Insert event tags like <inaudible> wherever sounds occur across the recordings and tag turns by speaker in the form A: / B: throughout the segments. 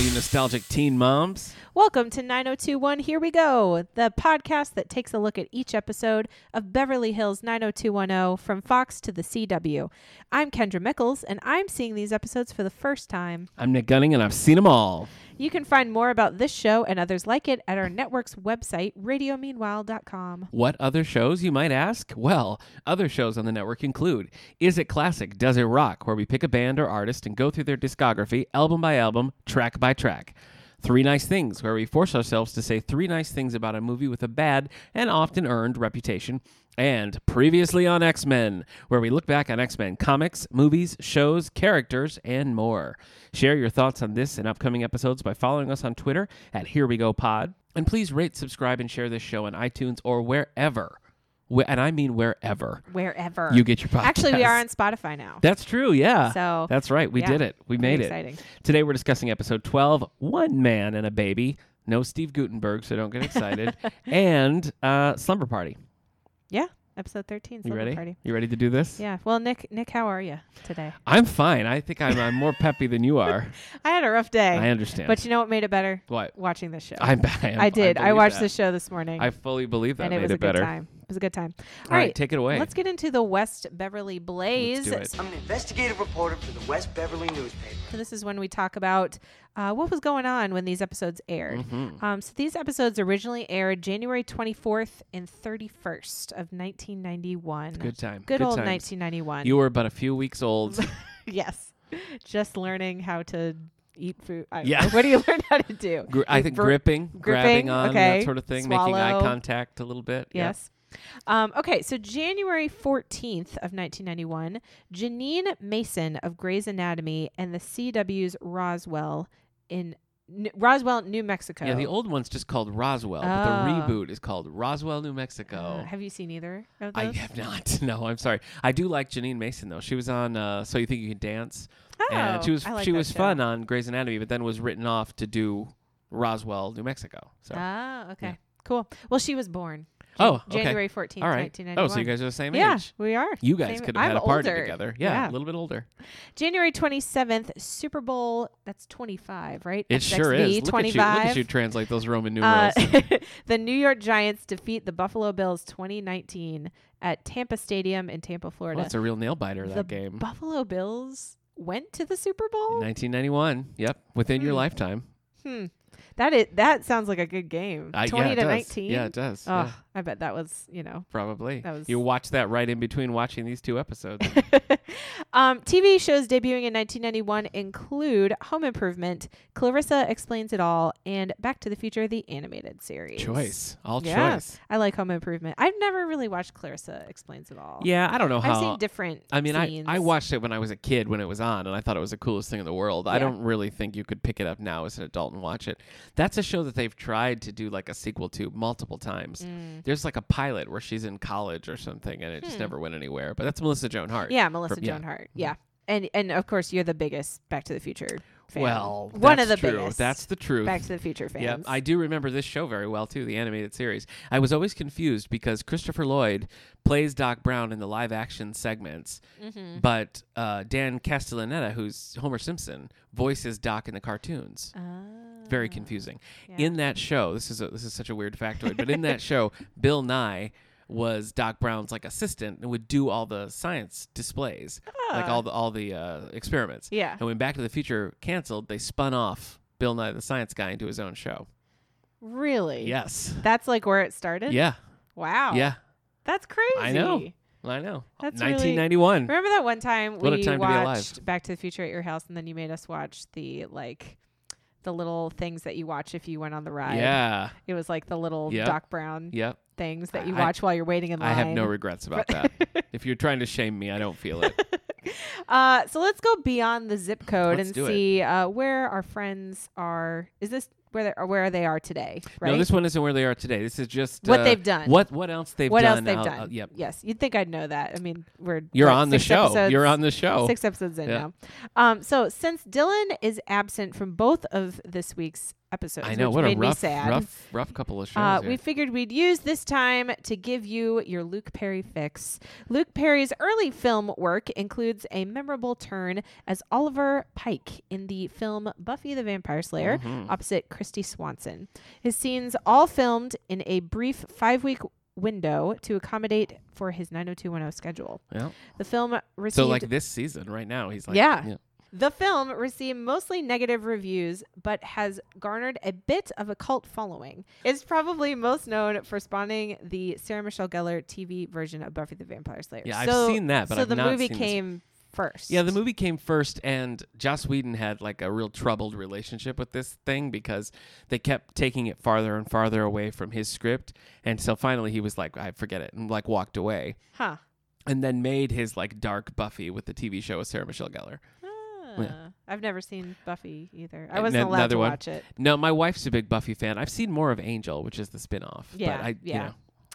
A: you nostalgic teen moms.
B: Welcome to 9021 Here We Go, the podcast that takes a look at each episode of Beverly Hills 90210 from Fox to the CW. I'm Kendra Mickles, and I'm seeing these episodes for the first time.
A: I'm Nick Gunning, and I've seen them all.
B: You can find more about this show and others like it at our network's website, radiomeanwhile.com.
A: What other shows, you might ask? Well, other shows on the network include Is It Classic? Does It Rock? where we pick a band or artist and go through their discography, album by album, track by track. Three Nice Things, where we force ourselves to say three nice things about a movie with a bad and often earned reputation. And Previously on X Men, where we look back on X Men comics, movies, shows, characters, and more. Share your thoughts on this and upcoming episodes by following us on Twitter at Here We Go Pod. And please rate, subscribe, and share this show on iTunes or wherever. Wh- And I mean wherever
B: Wherever.
A: you get your podcast.
B: Actually, we are on Spotify now.
A: <laughs> That's true, yeah.
B: So,
A: That's right. We
B: yeah,
A: did it. We made
B: pretty
A: it.
B: exciting.
A: Today we're discussing episode 12, One Man and a Baby. No Steve Gutenberg, so don't
B: <laughs>
A: get excited. and uh, Slumber Party.
B: Yeah, episode 13.
A: You
B: Slumber
A: ready?
B: Party.
A: You ready to do this?
B: Yeah. Well, Nick, Nick, how are you
A: <sighs>
B: today?
A: I'm fine. I think I'm, I'm more peppy than
B: <laughs>
A: you are.
B: I had a rough day.
A: I understand.
B: But you know what made it better?
A: what?
B: Watching this show.
A: I'm back.
B: I did. I, watched
A: this.
B: the show this morning.
A: I fully believe that
B: and
A: made
B: it was a
A: better.
B: good time. It was a good time.
A: All right, take it away.
B: Let's get into the West Beverly Blaze.
A: do it.
C: I'm an investigative reporter for the West Beverly newspaper.
B: So this is when we talk about uh, what was going on when these episodes aired.
A: Mm-hmm.
B: Um, so these episodes originally aired January 24th and 31st of 1991.
A: Good time.
B: Good, old
A: times.
B: 1991.
A: You were but a few weeks old.
B: <laughs> yes. Just learning how to eat food. I don't
A: Yeah.
B: know. What do you <laughs> learn how to do?
A: Gr- I
B: You
A: think
B: ver-
A: gripping, grabbing
B: gripping,
A: on, that
B: okay.
A: sort of thing, making eye
B: Swallow.
A: contact a little bit. Yeah.
B: Yes. Um, okay, so January 14th of 1991, Janine Mason of Grey's Anatomy and the CW's Roswell in N- Roswell, New Mexico.
A: Yeah, the old one's just called Roswell, but the
B: Oh.
A: reboot is called Roswell, New Mexico.
B: Uh, have you seen either of
A: Oh. I
B: those?
A: have not. <laughs> No, I'm sorry. I do like Janine Mason though. She was on uh, So You Think You Can Dance, and she
B: Oh,
A: was
B: I like
A: she
B: that
A: was
B: show.
A: fun on Grey's Anatomy, but then was written off to do Roswell, New Mexico. So
B: Ah, okay. Cool. Well, she was born. Jan-
A: oh, okay.
B: January 14th,
A: All right.
B: 1991.
A: Oh, so you guys are the same
B: Yeah,
A: age.
B: we are.
A: You guys
B: Same-
A: could have
B: I'm
A: had a party
B: older.
A: together. Yeah, a little bit older.
B: January 27th, Super Bowl. That's 25, right?
A: It sure is. Look
B: XXV,
A: at you. Look
B: 25.
A: at you translate those Roman
B: Uh, <laughs>
A: numerals.
B: the New York Giants defeat the Buffalo Bills 2019 at Tampa Stadium in Tampa,
A: Well,
B: Florida.
A: that's a real nail biter
B: the
A: that game.
B: Buffalo Bills went to the Super
A: In
B: Bowl.
A: 1991. Yep, within your
B: Hmm.
A: lifetime.
B: Hmm. That is that sounds like a good game.
A: Uh,
B: 20
A: yeah, it
B: to
A: does.
B: 19.
A: Yeah, it does.
B: Oh,
A: Yeah.
B: I bet that was you know.
A: Probably.
B: That was-
A: You watch that right in between watching these two
B: <laughs>
A: episodes.
B: um, TV shows debuting in 1991 include Home Improvement, Clarissa Explains It All, and Back to the Future: The Animated Series.
A: choice. All
B: Yeah.
A: choice.
B: I like Home Improvement. I've never really watched Clarissa Explains It All.
A: Yeah, I don't know
B: I've
A: how.
B: seen different.
A: I mean, I,
B: scenes.
A: I watched it when I was a kid when it was on, and I thought it was the coolest thing in the world. I
B: Yeah.
A: don't really think you could pick it up now as an adult and watch it. That's a show that they've tried to do like a sequel to multiple times.
B: Mm.
A: There's like a pilot where she's in college or something, and it just never went anywhere. But that's Melissa Joan Hart.
B: Hmm. Yeah, Melissa
A: yeah. Mm-hmm.
B: Joan Hart. Yeah, and and of course you're the biggest Back to the Future. fan.
A: Well,
B: one of the
A: that's true.
B: biggest.
A: That's the truth.
B: Back to the Future fans.
A: Yeah, I do remember this show very well too, the animated series. I was always confused because Christopher Lloyd plays Doc Brown in the live action segments,
B: Mm-hmm.
A: but uh, Dan Castellaneta, who's Homer Simpson, voices Doc in the cartoons.
B: Ah.
A: Very confusing. In that show, this is a, this is such a weird factoid, but in that show, <laughs> Bill Nye was Doc Brown's like assistant and would do all the science displays, like all the all the uh, experiments.
B: Ah. Yeah.
A: And when Back to the Future canceled, they spun off Bill Nye the Science Guy into his own show.
B: really.
A: Yes.
B: That's like where it started.
A: Yeah.
B: Wow.
A: Yeah.
B: That's crazy.
A: I know. I know.
B: That's really-
A: 1991.
B: Remember that one time
A: What a
B: we
A: time to be alive.
B: watched Back to the Future at your house, and then you made us watch the like the little things that you watch if you went on the ride.
A: Yeah.
B: It was like the little
A: Yep.
B: Doc Brown
A: Yep.
B: things that you
A: I-
B: watch while you're waiting in line.
A: I have no regrets about that.
B: <laughs>
A: if you're trying to shame me, I don't feel it.
B: Uh, so let's go beyond the zip code
A: Let's do it.
B: and see uh, where our friends are. Is this where they are, where they are today? Right.
A: No, this one isn't where they are today. This is just
B: What
A: uh,
B: they've done.
A: What what else they've
B: what
A: done?
B: else they've
A: out-
B: done?
A: out- yep.
B: Yes, you'd think I'd know that. I mean, we're
A: You're
B: what,
A: on the
B: six
A: show.
B: episodes-
A: You're on the show.
B: Six episodes in
A: Yeah.
B: now. Um, so since Dylan is absent from both of this week's episodes.
A: I know
B: which
A: what a
B: made me
A: rough,
B: sad.
A: rough, rough couple of shows.
B: Uh,
A: here.
B: we figured we'd use this time to give you your Luke Perry fix. Luke Perry's early film work includes a memorable turn as Oliver Pike in the film Buffy the Vampire Slayer
A: Mm-hmm.
B: opposite Christy Swanson. His scenes all filmed in a brief five week window to accommodate for his 90210 schedule.
A: Yeah.
B: The film received
A: So like this season, right now, he's like,
B: Yeah. the film received mostly negative reviews, but has garnered a bit of a cult following. It's probably most known for spawning the Sarah Michelle Gellar TV version of Buffy the Vampire Slayer.
A: Yeah, I've seen that, but
B: so
A: I've
B: the
A: not
B: movie
A: seen this.
B: came first.
A: Yeah, the movie came first, and Joss Whedon had like a real troubled relationship with this thing because they kept taking it farther and farther away from his script, and so finally he was like, "I forget it," and like walked away,
B: Huh.
A: and then made his like dark Buffy with the TV show with Sarah Michelle Gellar.
B: Ah, I've never seen Buffy either. I
A: Uh,
B: wasn't
A: no-
B: allowed
A: neither
B: to
A: one?
B: watch it.
A: No, my wife's a big Buffy fan. I've seen more of Angel, which is the spin-off.
B: Yeah,
A: but I,
B: yeah.
A: you know,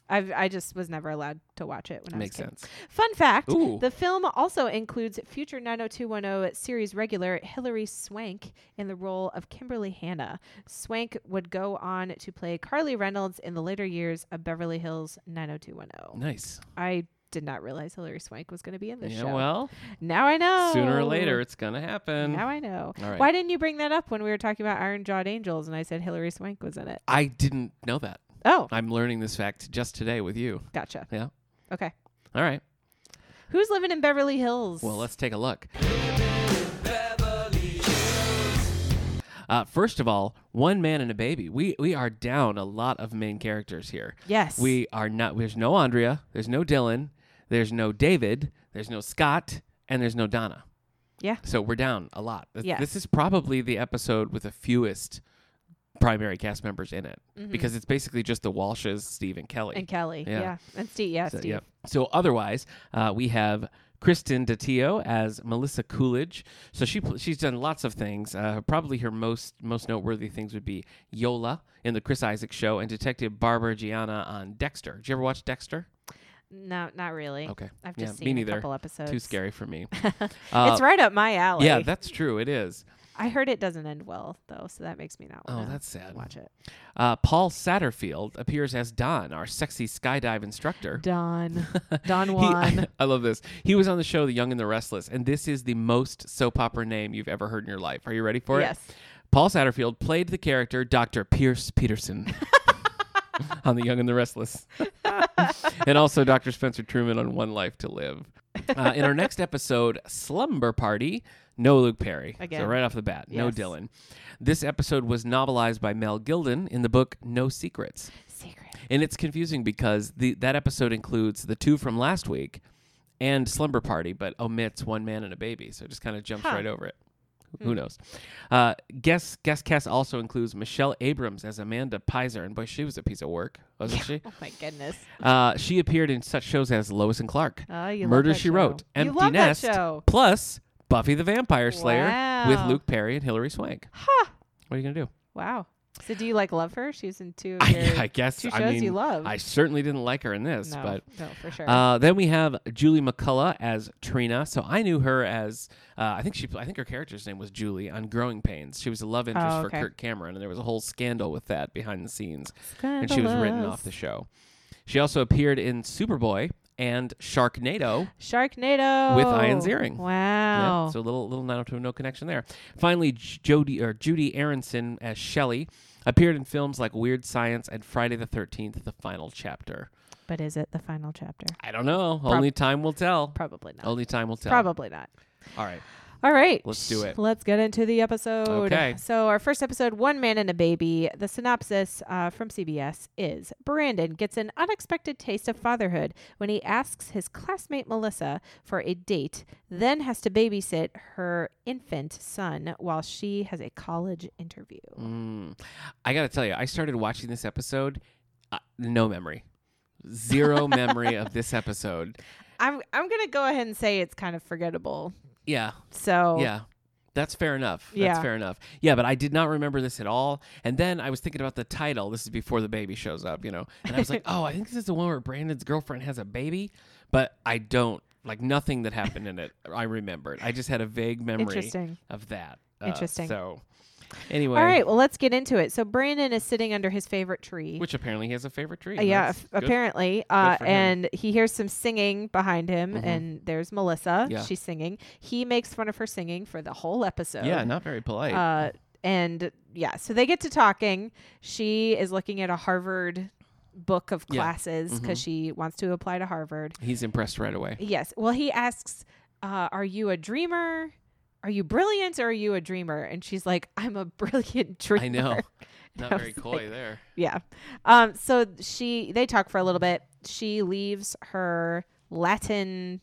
B: I've, I just was never allowed to watch it when I was
A: makes
B: a kid.
A: sense.
B: Fun fact
A: Ooh.
B: the film also includes future 90210 series regular Hilary Swank in the role of Kimberly Hanna. Swank would go on to play Carly Reynolds in the later years of Beverly Hills 90210.
A: Nice.
B: I did not realize Hilary Swank was going to be in this
A: yeah.
B: show.
A: Well,
B: now I know.
A: sooner or later, it's gonna happen.
B: Now I know.
A: All right.
B: Why didn't you bring that up when we were talking about Iron Jawed Angels and I said Hilary Swank was in it?
A: I didn't know that.
B: Oh,
A: I'm learning this fact just today with you.
B: gotcha.
A: Yeah.
B: Okay.
A: All right.
B: Who's living in Beverly Hills?
A: Well, let's take a look. Uh, first of all, one man and a baby. We we are down a lot of main characters here.
B: Yes.
A: We are not. There's no Andrea. There's no Dylan. There's no David. There's no Scott, and there's no Donna.
B: Yeah.
A: So we're down a lot. Th-
B: Yeah.
A: This is probably the episode with the fewest primary cast members in it
B: Mm-hmm.
A: because it's basically just the Walshes, Steve, and Kelly.
B: and Kelly. Yeah.
A: Yeah.
B: And Steve. Yeah,
A: So,
B: Steve.
A: yep. So otherwise, uh, we have Kristen DiTio as Melissa Coolidge. So she pl- she's done lots of things. Uh, probably her most most noteworthy things would be Yola in the Chris Isaac Show and Detective Barbara Gianna on Dexter. Did you ever watch Dexter?
B: No, not really.
A: Okay.
B: I've
A: Yeah,
B: just
A: me
B: seen
A: neither.
B: a couple episodes.
A: Too scary for
B: <laughs>
A: me. Uh,
B: it's right up my alley.
A: Yeah, that's true. It
B: <laughs>
A: is.
B: I heard it doesn't end well though, so that makes me not.
A: Oh,
B: wanna
A: that's sad. <laughs>
B: Watch it.
A: Uh, Paul Satterfield appears as Don, our sexy skydive instructor.
B: Don. <laughs> Don
A: He- <laughs>
B: Juan.
A: I, love this. He was on the show The Young and the Restless, and this is the most soap opera name you've ever heard in your life. Are you ready for it?
B: Yes.
A: Paul Satterfield played the character Dr. Pierce
B: <laughs>
A: Peterson on The Young and the Restless, and also Dr. Spencer Truman on One Life to Live. Uh,
B: <laughs>
A: in our next episode, Slumber Party, no Luke Perry.
B: Again.
A: So, right off the bat, no
B: Yes.
A: Dylan. This episode was novelized by Mel Gilden in the book No Secrets.
B: <laughs> Secret.
A: And it's confusing because the that episode includes the two from last week and Slumber Party, but omits One Man and a Baby. So it just kind of jumps
B: Huh. Hmm.
A: right over it. Who knows? Uh, guest guest cast also includes Michelle Abrams as Amanda Pizer, and boy, she was a piece of work, wasn't she?
B: Oh my goodness.
A: Uh, she appeared in such shows as Lois and Clark,
B: Oh, you love
A: Murder
B: that
A: She
B: show.
A: Wrote,
B: You
A: Empty
B: love that
A: Nest,
B: show.
A: plus Buffy the Vampire Slayer with
B: Wow.
A: Luke Perry and Hilary Swank.
B: Ha.
A: What are you gonna do?
B: Wow. So do you like love her? She's in two of your
A: <laughs> I, I guess
B: two shows
A: I mean,
B: you love.
A: I certainly didn't like her in this,
B: no,
A: but
B: no, for sure.
A: Uh, then we have Julie McCullough as Trina. So I knew her as uh, I think she I think her character's name was Julie on Growing Pains. She was a love interest
B: Oh,
A: for
B: okay.
A: Kirk Cameron, and there was a whole scandal with that behind the scenes, and she was written off the show. She also appeared in Superboy and Sharknado.
B: Sharknado
A: with Ian Ziering.
B: Wow.
A: Yeah, so little little nine to no connection there. Finally, J- Jody or Judy Aronson as Shelley appeared in films like Weird Science and Friday the Thirteenth: The Final Chapter.
B: but is it the final chapter?
A: I don't know. Only time will tell.
B: Probably not.
A: Only time will tell.
B: Probably not.
A: All right.
B: All right.
A: Let's do it.
B: Let's get into the episode.
A: Okay.
B: So, our first episode, One Man and a Baby, the synopsis uh, from CBS is Brandon gets an unexpected taste of fatherhood when he asks his classmate Melissa for a date, then has to babysit her infant son while she has a college interview.
A: Mm. I gotta tell you, I started watching this episode, uh, no memory,
B: <laughs>
A: zero memory of this episode.
B: I'm, I'm going to go ahead and say it's kind of forgettable.
A: Yeah,
B: So,
A: yeah, that's fair enough.
B: Oh. Yeah.
A: That's fair enough. Yeah, but I did not remember this at all. And then I was thinking about the title. This is before the baby shows up, you know. And I was
B: <laughs>
A: like, oh, I think this is the one where Brandon's girlfriend has a baby, but I don't like nothing that happened in it. I remembered. I just had a vague memory
B: Interesting.
A: of that. Uh,
B: Interesting.
A: So, Anyway,
B: All right, well, let's get into it. So Brandon is sitting under his favorite tree.
A: which apparently he has a favorite tree.
B: Uh, yeah,
A: That's
B: f-
A: good.
B: apparently. Uh,
A: for him. Mm-hmm.
B: and he hears some singing behind him, and there's Melissa.
A: Yeah.
B: She's singing. He makes fun of her singing for the whole episode.
A: Yeah, not very polite.
B: Uh, and yeah, so they get to talking. She is looking at a Harvard book of
A: Yeah. Mm-hmm.
B: classes because she wants to apply to Harvard.
A: He's impressed right
B: <laughs>
A: away.
B: Yes. Well, he asks, uh, "Are you a dreamer? Are you brilliant, or are you a dreamer?" And she's like, "I'm a <laughs> brilliant dreamer."
A: I know.
B: And
A: Not
B: I
A: very
B: was
A: coy there.
B: yeah. Um, so she they talk for a little bit. She leaves her Latin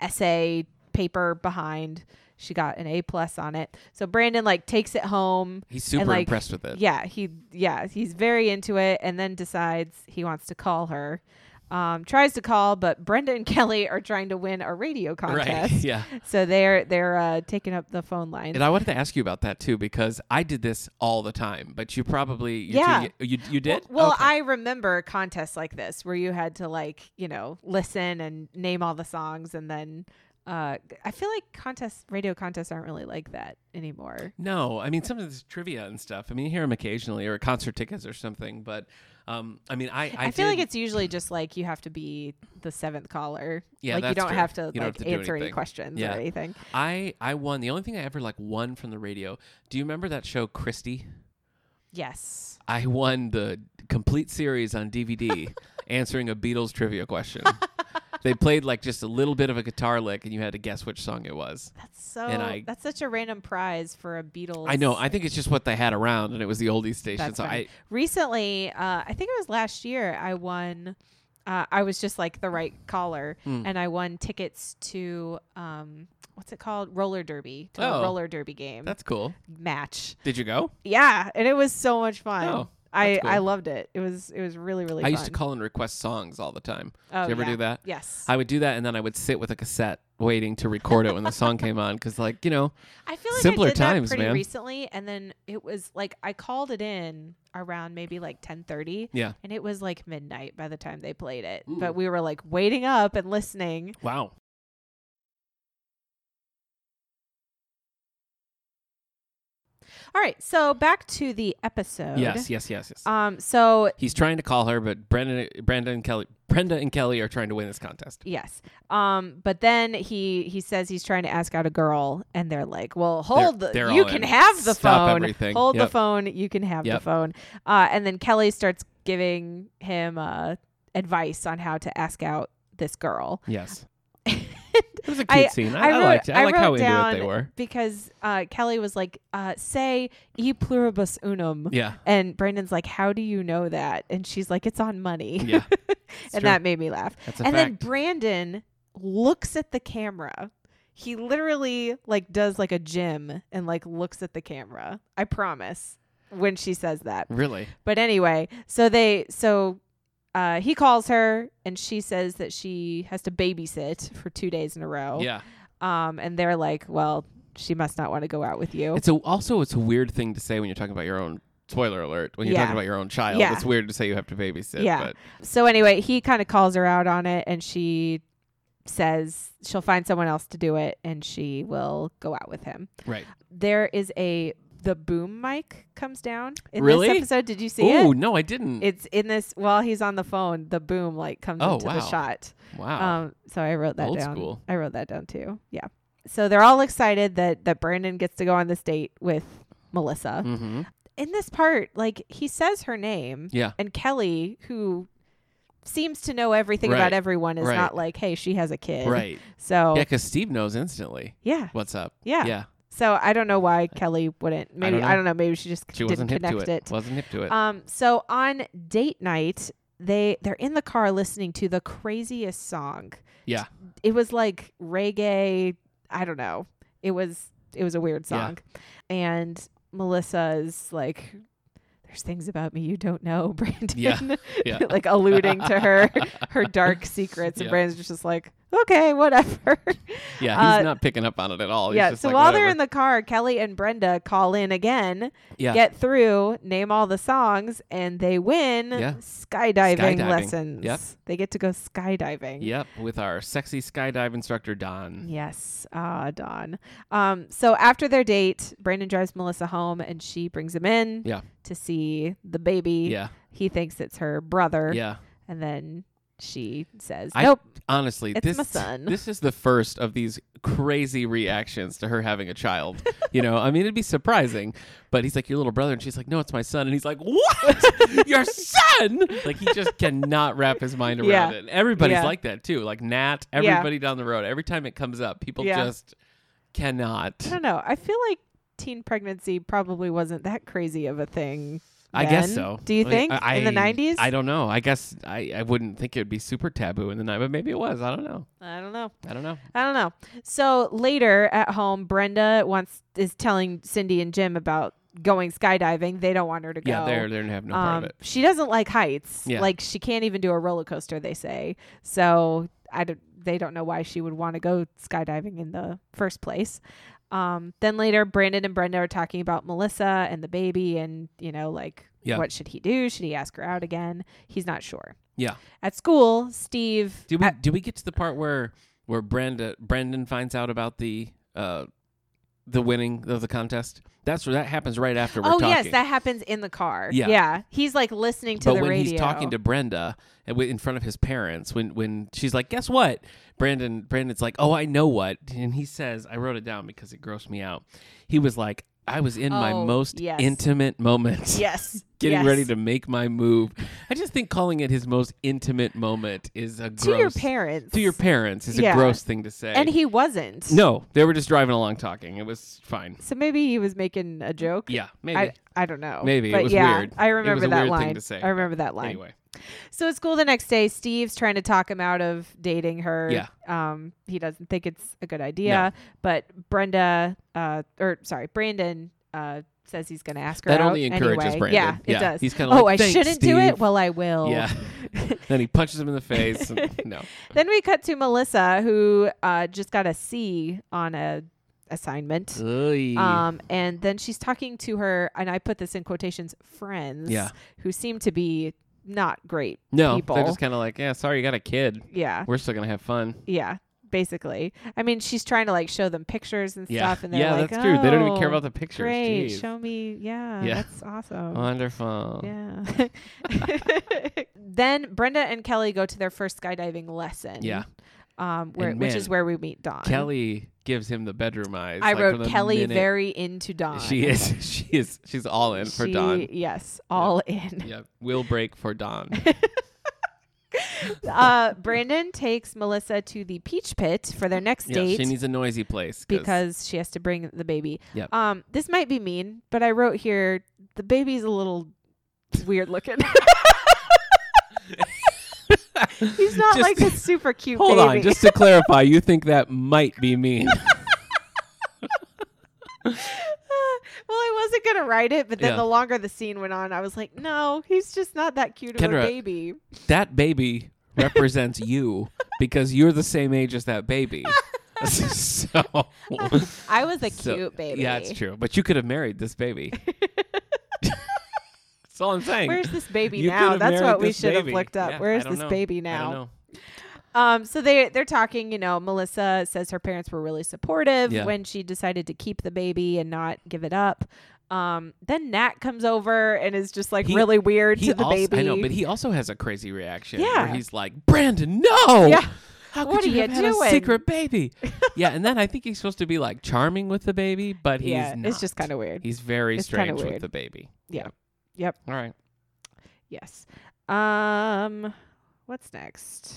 B: essay paper behind. She got an A plus on it. So Brandon like takes it home.
A: He's super
B: and, like,
A: impressed with it.
B: Yeah, he yeah, he's very into it and then decides he wants to call her. Um, tries to call, but Brenda and <laughs> Kelly are trying to win a
A: <laughs>
B: radio
A: Right. <laughs>
B: contest.
A: Yeah.
B: So they're they're uh, taking up the phone line.
A: And I wanted to ask you about that too because I did this all the time, but you probably you two-
B: Yeah.
A: you, you did.
B: Well,
A: Okay.
B: I remember contests like this where you had to like, you know, listen and name all the songs and then uh I feel like contests radio contests aren't really like that anymore.
A: No, I mean some of this trivia and stuff. I mean, you hear them occasionally, or concert tickets or something. But um, I mean, I I,
B: I, feel like
A: did-
B: it's usually just like you have to be the seventh caller.
A: Yeah,
B: like you
A: that's
B: don't
A: true.
B: have to
A: You
B: like
A: don't have to do
B: answer any
A: anything.
B: questions
A: Yeah.
B: or anything.
A: I I won. The only thing I ever like won from the radio. Do you remember that show Christie?
B: Yes.
A: I won the complete series on
B: <laughs>
A: DVD answering a Beatles trivia question. they played like just a little bit of a guitar lick, and you had to guess which song it was.
B: That's so
A: And I-
B: that's such a random prize for a Beatles.
A: I know. I think it's just what they had around, and it was the oldies station.
B: That's
A: so
B: funny. recently, uh, I think it was last year, I won. Uh, I was just like the right caller,
A: Hmm.
B: and I won tickets to um, what's it called, roller derby, to a
A: Oh.
B: roller derby game
A: I that's cool.
B: match.
A: Did you go?
B: Yeah, and it was so much fun.
A: Oh,
B: I,
A: that's cool.
B: I loved it. It was it was really really.
A: I
B: fun.
A: used to call and request songs all the time.
B: Oh,
A: Did you ever
B: yeah.
A: do that?
B: Yes, I,
A: I would do that, and then I would sit with a cassette waiting to record it when the song came on, because like you know,
B: feel like
A: simpler
B: I did
A: times,
B: that pretty
A: man.
B: recently, and then it was like I called it in around maybe like ten thirty.
A: yeah.
B: And it was like midnight by the time they played it. But we were like waiting up and listening.
A: Wow.
B: All right, so back to the episode.
A: Yes, yes, yes, yes.
B: Um. So
A: He's trying to call her, but Brenda, Brenda and Kelly, Brenda and Kelly are trying to win this contest.
B: yes. Um. But then he he says he's trying to ask out a girl, and they're like, "Well, hold the
A: they're
B: you
A: all
B: can
A: in.
B: have the
A: Stop
B: phone.
A: everything.
B: Hold the
A: Yep.
B: phone. You can have
A: Yep.
B: the phone." Uh. And then Kelly starts giving him uh advice on how to ask out this girl. <laughs>
A: Yes. It was a
B: I-
A: cute scene. I, I, liked it. I, like how into
B: wrote
A: it they
B: down
A: were.
B: because uh, Kelly was like, uh, "Say e pluribus unum." <laughs>
A: Yeah.
B: And Brandon's like, "How do you know that?" And she's like, "It's on money."
A: Yeah.
B: <laughs> and
A: true.
B: that made me laugh.
A: That's a
B: And then
A: fact.
B: Brandon looks at the camera. He literally like does like a gym and like looks at the camera. I promise when she says that.
A: really.
B: But anyway, so they so uh, he calls her and she says that she has to babysit for two days in a row.
A: Yeah.
B: Um, and they're like, well, she must not want to go out with you.
A: It's a, also it's a weird thing to say when you're talking about your own. Spoiler alert! When you're
B: Yeah.
A: talking about your own child,
B: Yeah.
A: it's weird to say you have to babysit.
B: Yeah.
A: But
B: so anyway, he kind of calls her out on it, and she says she'll find someone else to do it, and she will go out with him.
A: right.
B: There is a the boom mic comes down in
A: Really?
B: this episode. Did you see
A: Oh
B: it?
A: no, I didn't.
B: It's in this while he's on the phone. The boom like comes
A: Oh,
B: into
A: wow.
B: the shot.
A: wow.
B: Um, so I wrote that
A: Old
B: down.
A: school.
B: I wrote that down too. Yeah. So they're all excited that that Brandon gets to go on this date with Melissa.
A: hmm
B: in this part, like he says her name.
A: Yeah.
B: And Kelly, who seems to know everything about
A: Right.
B: everyone, is
A: Right.
B: not like, hey, she has a kid.
A: Right.
B: So
A: Yeah,
B: yeah.
A: because Steve knows instantly
B: Yeah.
A: what's up.
B: Yeah.
A: Yeah.
B: So I don't know why Kelly wouldn't. Maybe I don't
A: don't
B: know.
A: know.
B: Maybe she just
A: She
B: didn't
A: wasn't hip
B: connect
A: to it. Wasn't hip to it.
B: Um. So on date night, they they're in the car listening to the craziest song.
A: yeah.
B: It was like reggae. I don't know. It was it was a weird
A: Yeah.
B: song, and Melissa's like. There's things about me you don't know, <laughs> Brandon. <laughs>
A: Yeah. Yeah. <laughs>
B: like alluding to her her dark secrets and
A: Yeah.
B: Brandon's just like okay, whatever. <laughs>
A: Yeah, he's
B: Uh,
A: not picking up on it at all. Oh, He's
B: yeah.
A: just
B: So
A: like,
B: while they're
A: whatever.
B: in the car, Kelly and Brenda call in again,
A: yeah,
B: get through, name all the songs, and they win
A: Yeah.
B: skydiving,
A: Skydiving.
B: lessons.
A: Yep.
B: They get to go skydiving.
A: yep, with our sexy skydive instructor Don.
B: Yes, ah, Don. Um, so after their date, Brandon drives Melissa home, and she brings him in
A: Yeah.
B: to see the baby.
A: Yeah,
B: He thinks it's her brother,
A: yeah.
B: and then she says,
A: I-
B: "Nope,
A: Honestly,
B: It's
A: this
B: my
A: <laughs>
B: son.
A: this is the first of these crazy reactions to her having a child. you know, I mean, it'd be surprising, but he's like your little brother, and she's like, no, it's my son, and he's like, what, <laughs> your son? Like he just cannot wrap his mind around
B: Yeah.
A: it. And everybody's
B: Yeah.
A: like that too. Like Nat,
B: Yeah.
A: everybody down the road. Every time it comes up, people
B: Yeah.
A: just cannot.
B: I don't know. I feel like teen pregnancy probably wasn't that crazy of a thing.
A: I guess
B: then.
A: so.
B: Do you
A: I-
B: think
A: I,
B: in the nineties?
A: I don't know. I guess I, I wouldn't think it would be super taboo in the night, but maybe it was. I don't know.
B: I don't know.
A: I don't know.
B: I don't know. So later at home, Brenda wants is telling Cindy and Jim about going skydiving. They don't want her to go.
A: Yeah, they're they're gonna have no part
B: um,
A: of it.
B: she doesn't like heights.
A: Yeah.
B: Like she can't even do a roller coaster. They say so. I don't. They don't know why she would want to go skydiving in the first place. Um, then later, Brandon and Brenda are talking about Melissa and the baby, and you know, like,
A: Yeah.
B: what should he do? Should he ask her out again? He's not sure.
A: Yeah.
B: At school, Steve.
A: Do we
B: at-
A: do we get to the part where where Brenda Brendan finds out about the uh the winning of the contest? That's where that happens right after we're
B: oh
A: talking.
B: yes, that happens in the car.
A: Yeah.
B: He's like listening to
A: but
B: the
A: when
B: radio.
A: he's talking to Brenda and wi- in front of his parents, when when she's like, "Guess what?" Brandon Brandon's like, "Oh, I know what," and he says, "I wrote it down because it grossed me out." He was like, "I was in my
B: Oh,
A: most
B: yes.
A: intimate moment."
B: <laughs> yes,
A: <laughs> Getting
B: yes.
A: ready to make my move. I just think calling it his most intimate moment is a
B: to your
A: gross
B: parents.
A: to your parents is
B: Yeah.
A: a gross thing to say.
B: And he wasn't.
A: No, they were just driving along talking. It was fine.
B: So maybe he was making a joke.
A: Yeah, maybe.
B: I, I don't know.
A: Maybe. It
B: But
A: was
B: yeah,
A: weird.
B: I
A: It was
B: remember
A: a
B: that
A: weird
B: line.
A: thing to say.
B: I remember that line.
A: anyway,
B: So at school the next day, Steve's trying to talk him out of dating her.
A: Yeah.
B: Um, he doesn't think it's a good idea. But Brenda, uh, or sorry, Brandon, uh, says he's going to ask her
A: that
B: out
A: only encourages
B: anyway.
A: Brandon.
B: Yeah, it does.
A: He's kind of
B: Oh,
A: like,
B: I
A: "Thanks,
B: shouldn't do it.
A: Steve."
B: Well, I will.
A: yeah.
B: <laughs>
A: then he punches him in the face. and- no.
B: Then we cut to Melissa, who uh, just got a C on a assignment.
A: Mm.
B: Um, and then she's talking to her, and I put this in quotations, friends,
A: Yeah.
B: who seem to be not great
A: no,
B: people.
A: they're just kind of like, yeah, sorry, you got a kid.
B: yeah,
A: We're still gonna have fun.
B: yeah, basically. I mean, she's trying to like show them pictures and
A: Yeah,
B: stuff, and they're
A: yeah,
B: like,
A: that's true. They don't even care
B: "Oh,
A: about the pictures.
B: Great,
A: Jeez.
B: show me, yeah,
A: Yeah.
B: that's awesome.
A: Wonderful.
B: yeah. <laughs> then Brenda and Kelly go to their first skydiving lesson.
A: Yeah.
B: Um, where,
A: And
B: which
A: man,
B: is where we meet Don.
A: Kelly gives him the bedroom eyes.
B: I
A: like, from
B: wrote
A: the
B: Kelly
A: minute-
B: very into Don.
A: She is. <laughs> She is. She's all in for Don.
B: Yes, all in.
A: Yeah, will break for
B: <laughs>
A: Don.
B: Uh, Brandon takes Melissa to the peach pit for their next
A: Yeah,
B: date
A: she needs a noisy place
B: because she has to bring the baby.
A: Yep.
B: Um, this might be mean, but I wrote here the baby's a little
A: <laughs>
B: weird looking. He's not
A: Just-
B: like a super cute
A: Hold
B: baby.
A: on, just to clarify, you think that might be mean?
B: <laughs> well, I wasn't gonna write it, but then
A: Yeah.
B: the longer the scene went on, I was like, no, he's just not that cute of
A: Kendra,
B: a baby.
A: that baby represents you because you're the same age as that
B: <laughs>
A: baby. so
B: I was
A: <laughs>
B: a
A: so-
B: cute baby.
A: Yeah, it's true. But you could have married this
B: <laughs>
A: baby. That's all I'm saying.
B: Where's
A: <laughs>
B: this baby
A: You could
B: now?
A: have
B: That's
A: married
B: what we
A: this
B: should have
A: baby.
B: looked up.
A: Yeah,
B: Where
A: I
B: is
A: don't
B: this
A: know. I
B: baby
A: don't
B: now?
A: know.
B: Um, so they they're talking. You know, Melissa says her parents were really supportive
A: Yeah.
B: when she decided to keep the baby and not give it up. Um, then Nat comes over and is just like
A: He-
B: really weird
A: He
B: to the
A: also-
B: baby.
A: I know, but he also has a crazy reaction.
B: Yeah.
A: Where he's like, Brandon, no.
B: Yeah.
A: How could
B: What
A: you
B: are
A: have
B: you
A: had a
B: doing?"
A: secret
B: <laughs>
A: baby? yeah, and then I think he's supposed to be like charming with the baby, but he's
B: yeah,
A: not.
B: it's just kind of weird.
A: He's very
B: It's kinda
A: strange with
B: weird.
A: the baby.
B: Yeah. Yep.
A: All right.
B: Yes. Um, what's next?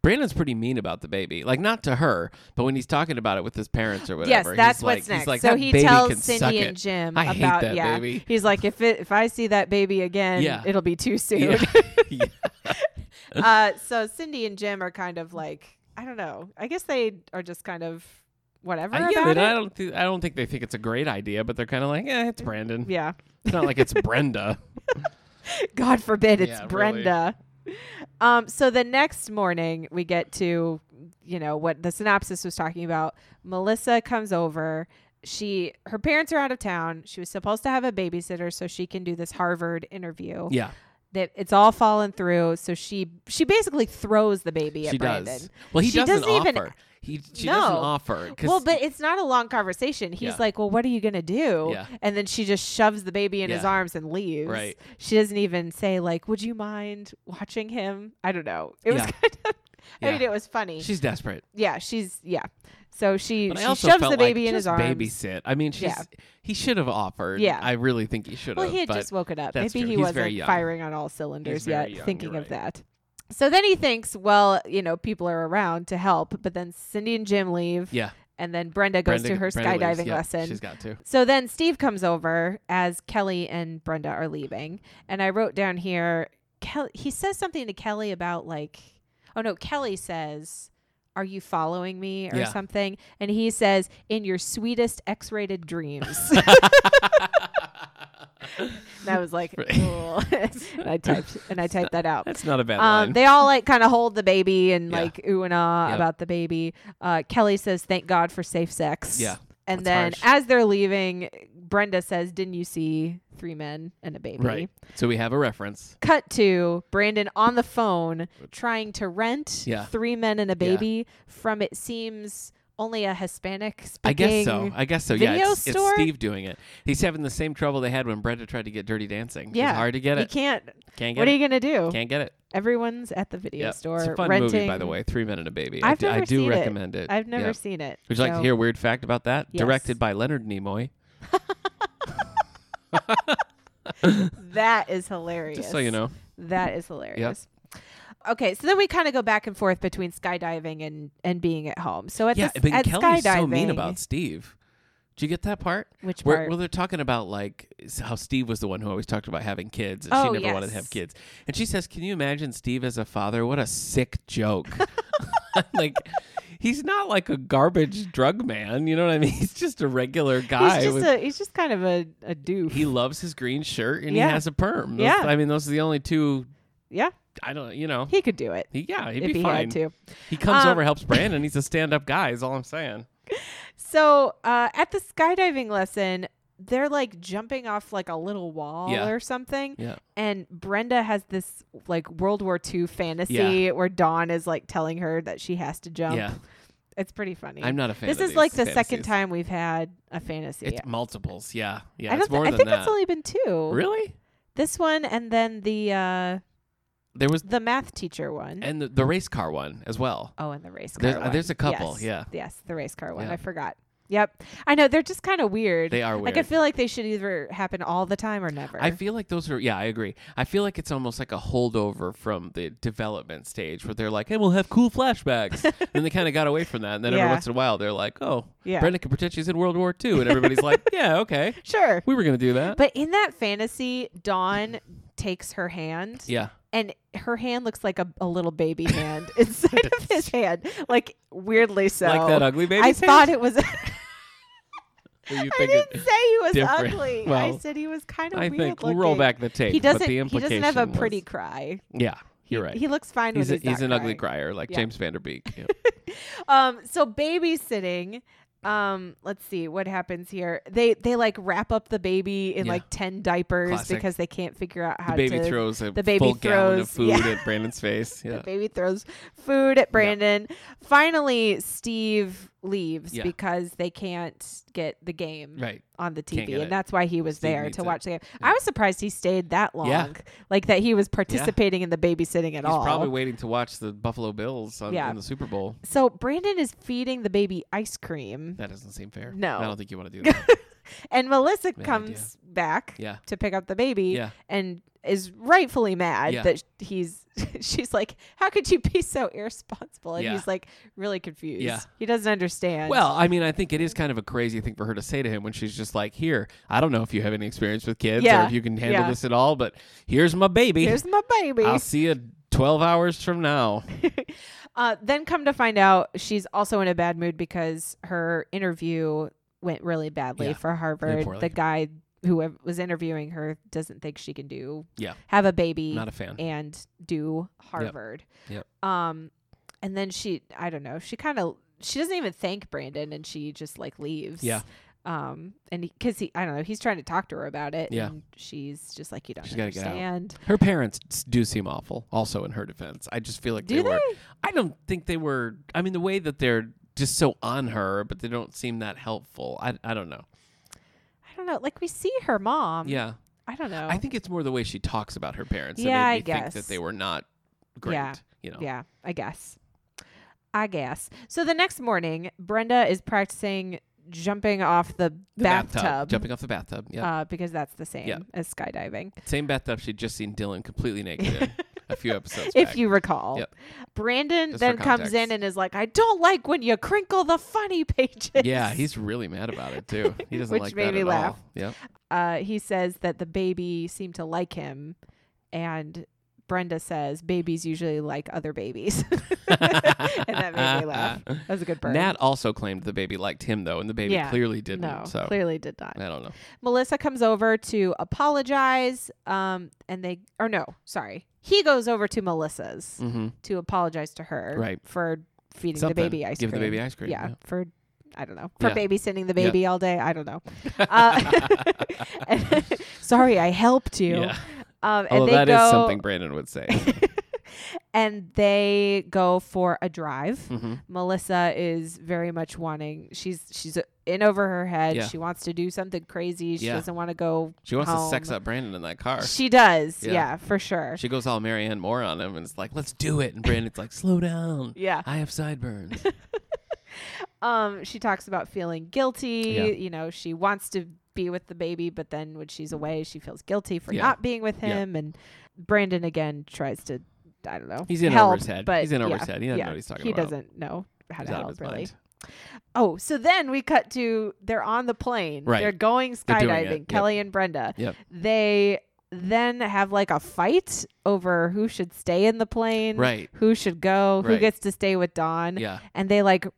A: Brandon's pretty mean about the baby. Like not to her, but when he's talking about it with his parents or
B: yes,
A: whatever. he's
B: that's
A: like,
B: what's
A: he's
B: next.
A: like,
B: so
A: "That
B: he
A: baby
B: tells
A: can suck
B: Cindy and
A: it."
B: Jim
A: I hate
B: about
A: that
B: yeah.
A: baby.
B: He's like, if it, if I see that baby again,
A: Yeah.
B: it'll be too soon.
A: Yeah. Yeah.
B: <laughs>
A: <laughs>
B: uh, so Cindy and Jim are kind of like I don't know. I guess they are just kind of whatever
A: I get
B: about
A: it.
B: it.
A: I don't think I don't think they think it's a great idea, but they're kind of like, yeah, it's Brandon.
B: yeah. <laughs>
A: It's not like it's Brenda.
B: God forbid it's
A: Yeah, really.
B: Brenda. Um, so the next morning, we get to, you know, what the synopsis was talking about. Melissa comes over. She, her parents are out of town. She was supposed to have a babysitter so she can do this Harvard interview.
A: Yeah,
B: That it's all fallen through. So she, she basically throws the baby
A: she
B: at Brandon.
A: does. Well, he
B: She
A: doesn't,
B: doesn't even-
A: offer. He she doesn't
B: No.
A: offer. 'cause-
B: Well, but it's not a long conversation. He's
A: Yeah.
B: like, "Well, what are you gonna do?"
A: Yeah.
B: And then she just shoves the baby in his
A: Yeah.
B: arms and leaves.
A: Right.
B: She doesn't even say like, "Would you mind watching him?" I don't know. It was
A: Yeah.
B: kind of. I mean,
A: Yeah.
B: it was funny.
A: she's desperate.
B: yeah, she's yeah. So she
A: But
B: she
A: I also
B: shoves
A: felt
B: the baby
A: like
B: in his
A: just
B: arms.
A: Babysit. I mean, she's he should have offered.
B: Yeah.
A: I really think he should have.
B: Well, he had
A: but
B: just woken up. Maybe
A: that's true.
B: he
A: He's very
B: wasn't
A: young.
B: firing on all
A: He's
B: cylinders
A: very
B: yet,
A: young,
B: thinking
A: you're
B: of
A: right.
B: that. So then he thinks, well, you know, people are around to help, but then Cindy and Jim leave,
A: yeah,
B: and then Brenda goes
A: Brenda-
B: to her
A: Brenda
B: skydiving
A: leaves. Yeah,
B: lesson.
A: She's got to.
B: So then Steve comes over as Kelly and Brenda are leaving, and I wrote down here Kelly. He says something to Kelly about like, oh no, Kelly says, "Are you following me?" or
A: Yeah.
B: something, and he says, "In your sweetest
A: <laughs>
B: X-rated dreams." and I was like,
A: Right.
B: "Ugh." <laughs> and I typed and I typed that
A: <laughs>
B: out.
A: That's not a bad
B: Um,
A: line.
B: they all like kind of hold the baby and
A: Yeah.
B: like ooh and ah
A: Yep.
B: about the baby. Uh, Kelly says, "Thank God for safe sex."
A: Yeah.
B: And then
A: That's
B: as they're leaving, Brenda says, "Didn't you see three men and a baby?"
A: right. So we have a reference.
B: Cut to Brandon on the phone trying to rent
A: Yeah.
B: three men and a baby from it seems only a Hispanic speaking.
A: I guess so. I guess so. Yeah,
B: video
A: it's, it's
B: store?
A: Steve doing it. He's having the same trouble they had when Brenda tried to get Dirty Dancing.
B: Yeah,
A: it's hard to get
B: You
A: it.
B: can't.
A: Can't get
B: What are
A: it.
B: you gonna do?
A: Can't get it.
B: Everyone's at the video
A: Yeah,
B: store
A: it's a fun
B: renting.
A: movie, by the way. Three Men and a Baby. I
B: I've
A: do, I
B: never
A: do
B: seen it.
A: recommend it.
B: I've never
A: Yeah.
B: seen it.
A: Would you like to
B: so-
A: hear a weird fact about that?
B: Yes.
A: Directed by Leonard Nimoy.
B: That is hilarious.
A: Just so you know.
B: That
A: Mm-hmm.
B: is hilarious. Okay, so then we kind of go back and forth between skydiving and and being at home. So at
A: yeah,
B: the,
A: but
B: at
A: Kelly's
B: skydiving,
A: so mean about Steve. Did you get that part?
B: which
A: Where,
B: part?
A: Well, they're talking about like s- how Steve was the one who always talked about having kids, and she
B: Oh,
A: never wanted to have
B: yes.
A: kids. And she says, "Can you imagine Steve as a father? What a sick
B: <laughs>
A: joke! <laughs> like, he's not like a garbage drug man. You know what I mean? <laughs> He's just a regular guy.
B: he's just
A: with-
B: a he's just kind of a a doof.
A: he loves his green shirt and
B: Yeah.
A: he has a perm. Those-
B: Yeah.
A: I mean, those are the only two.
B: yeah,
A: I don't. You know.
B: he could do it
A: He, yeah, he'd
B: if
A: be
B: he
A: fine.
B: had to.
A: He comes
B: Um,
A: over, helps Brandon. He's a stand-up guy. Is all I'm saying.
B: So uh, at the skydiving lesson, they're like jumping off like a little wall
A: Yeah.
B: or something.
A: Yeah.
B: And Brenda has this like World War II fantasy
A: Yeah.
B: where Dawn is like telling her that she has to jump.
A: Yeah.
B: It's pretty funny.
A: I'm not a fan.
B: this
A: of
B: is
A: these
B: like the second
A: fantasies.
B: time we've had a fantasy.
A: It's multiples. Yeah. Yeah.
B: I, don't
A: it's
B: thi-
A: more
B: I
A: than
B: think
A: that.
B: it's only been two.
A: really?
B: This one and then the uh
A: There was
B: the math teacher one.
A: and the, the race car one as well.
B: oh, and the race car
A: There's- uh,
B: one.
A: there's a couple,
B: Yes.
A: yeah.
B: Yes, the race car one.
A: Yeah.
B: I forgot. Yep. I know they're just kind of weird.
A: They are weird.
B: Like I feel like they should either happen all the time or never.
A: I feel like those are yeah, I agree. I feel like it's almost like a holdover from the development stage where they're like, "Hey, we'll have cool
B: <laughs>
A: flashbacks," and they kind of got away from that. And then
B: Yeah.
A: every once in a while, they're like, "Oh,
B: Yeah.
A: Brenda can pretend she's in World War II," and everybody's like,
B: <laughs>
A: "Yeah, okay,
B: sure.
A: we were gonna do that."
B: But in that fantasy, Dawn takes her hand
A: yeah,
B: and her hand looks like a, a little baby hand <laughs>
A: <laughs>
B: inside of his hand. Like weirdly so.
A: like that ugly baby.
B: I thought it was
A: you
B: I
A: think it-
B: didn't say he was
A: different.
B: ugly. I
A: Well,
B: said he was kind of
A: I
B: weird
A: think
B: looking.
A: roll back the tape.
B: He doesn't.
A: But the
B: he doesn't have a
A: implication was-
B: pretty cry.
A: yeah, you're right.
B: He looks fine
A: he's a-
B: when he's,
A: he's an
B: not
A: ugly
B: crying.
A: crier, like
B: Yeah.
A: James Vanderbeek. Yeah.
B: Um. So babysitting. Um. Let's see what happens here. They they like wrap up the baby in
A: Yeah.
B: like ten diapers
A: Classic.
B: because they can't figure out how
A: the baby
B: to.
A: throws a
B: the baby
A: full gallon of
B: throws- yeah.
A: food at Brandon's face.
B: <laughs> The
A: Yeah.
B: baby throws food at Brandon. Finally, Steve leaves
A: Yeah.
B: because they can't get the game
A: Right.
B: on the
A: Can't
B: TV,
A: get
B: and
A: it.
B: that's why he was
A: Steve
B: there
A: needs
B: to
A: it.
B: watch the game. I was surprised he stayed that long,
A: Yeah.
B: like that he was participating in the babysitting
A: He's
B: at all.
A: probably waiting to watch the Buffalo Bills on,
B: Yeah.
A: in the Super Bowl.
B: so Brandon is feeding the baby ice cream,
A: That doesn't seem fair.
B: No.
A: I don't think you
B: <laughs>
A: want to do that.
B: and Melissa
A: Bad
B: comes back
A: yeah.
B: to pick up the baby,
A: Yeah.
B: and is rightfully mad
A: Yeah.
B: that he's. <laughs> She's like, "How could you be so irresponsible?" And
A: Yeah.
B: he's like, really confused.
A: Yeah.
B: He doesn't understand.
A: Well, I mean, I think it is kind of a crazy thing for her to say to him when she's just like, "Here, I don't know if you have any experience with kids
B: Yeah.
A: or if you can handle
B: Yeah.
A: this at all, but here's my baby.
B: here's my baby.
A: I'll see you 12 hours from now."
B: Uh, then come to find out, she's also in a bad mood because her interview went really badly
A: Yeah,
B: for Harvard.
A: poorly.
B: The guy whoever was interviewing her doesn't think she can do
A: Yeah.
B: have a baby
A: Not a fan.
B: and do Harvard.
A: Yep.
B: Um and then she I don't know, she kind of she doesn't even thank Brandon and she just like leaves.
A: Yeah.
B: Um and he, cuz he I don't know, he's trying to talk to her about it
A: Yeah.
B: and she's just like you don't
A: She's gotta get out.
B: understand.
A: Her parents s- do seem awful, also in her defense. I just feel like
B: Do
A: they were. I don't think they were. I mean, the way that they're just so on her, but they don't seem that helpful. I, I don't know.
B: I don't know. Like we see her mom.
A: yeah.
B: I don't know.
A: I think it's more the way she talks about her parents
B: Yeah, I
A: that made me think
B: guess.
A: that they were not great.
B: Yeah.
A: You know?
B: Yeah, I guess. I guess. So the next morning, Brenda is practicing jumping off the,
A: The
B: bathtub,
A: Jumping off the bathtub. Yeah.
B: uh, because that's the same
A: Yeah.
B: as skydiving,
A: Same bathtub she'd just seen Dylan completely naked
B: <laughs>
A: in a few episodes
B: if
A: back.
B: you recall.
A: Yep.
B: Brandon
A: Just for
B: then comes in
A: context.
B: and is like, "I don't like when you crinkle the funny pages."
A: yeah, he's really mad about it too. He doesn't
B: Which
A: like
B: made
A: that
B: me
A: at
B: laugh.
A: all. Yeah.
B: <laughs> Uh, he says that the baby seemed to like him, and Brenda says babies usually like other babies, <laughs> and that made
A: <laughs>
B: me laugh. That was a good burn.
A: Nat also claimed the baby liked him though, and the baby
B: Yeah.
A: clearly didn't.
B: no,
A: so
B: clearly did not.
A: I don't know.
B: Melissa comes over to apologize. Um, and they, or no, sorry, he goes over to Melissa's
A: Mm-hmm.
B: to apologize to her
A: Right.
B: for feeding
A: Something.
B: the baby ice
A: Give the
B: cream.
A: baby ice cream,
B: Yeah,
A: yeah.
B: for I don't know for
A: Yeah.
B: babysitting the
A: Yeah.
B: baby all day. I don't
A: <laughs>
B: know. Uh, <laughs> and- sorry, I helped you.
A: Yeah.
B: Um, and
A: Although
B: they
A: Oh, that is
B: go
A: something Brandon would
B: <laughs>
A: say.
B: and they go for a drive.
A: hmm
B: Melissa is very much wanting. She's she's in over her head.
A: Yeah.
B: She wants to do something crazy. She
A: Yeah.
B: doesn't want to go.
A: She wants to
B: home.
A: sex up Brandon in that car.
B: She does.
A: Yeah.
B: Yeah, for sure.
A: She goes all Marianne Moore on him and it's like, let's do it. And Brandon's like, slow down.
B: yeah.
A: I have
B: <laughs>
A: sideburns.
B: Um she talks about feeling guilty,
A: Yeah.
B: you know, she wants to be with the baby, but then when she's away, she feels guilty for
A: Yeah.
B: not being with
A: Yeah.
B: him and Brandon again tries to I don't know.
A: He's in
B: help,
A: over his head.
B: But
A: He's in over
B: yeah,
A: his head. He doesn't
B: yeah.
A: know what he's talking
B: he
A: about.
B: doesn't know how
A: He's
B: to
A: out of
B: help
A: his
B: really.
A: mind.
B: Oh, so then we cut to they're on the plane.
A: Right.
B: They're going
A: They're doing
B: skydiving,
A: it. Yep.
B: Kelly and Brenda.
A: Yep.
B: They then have like a fight over who should stay in the plane,
A: Right.
B: who should go, who
A: Right.
B: gets to stay with Dawn.
A: Yeah.
B: And they like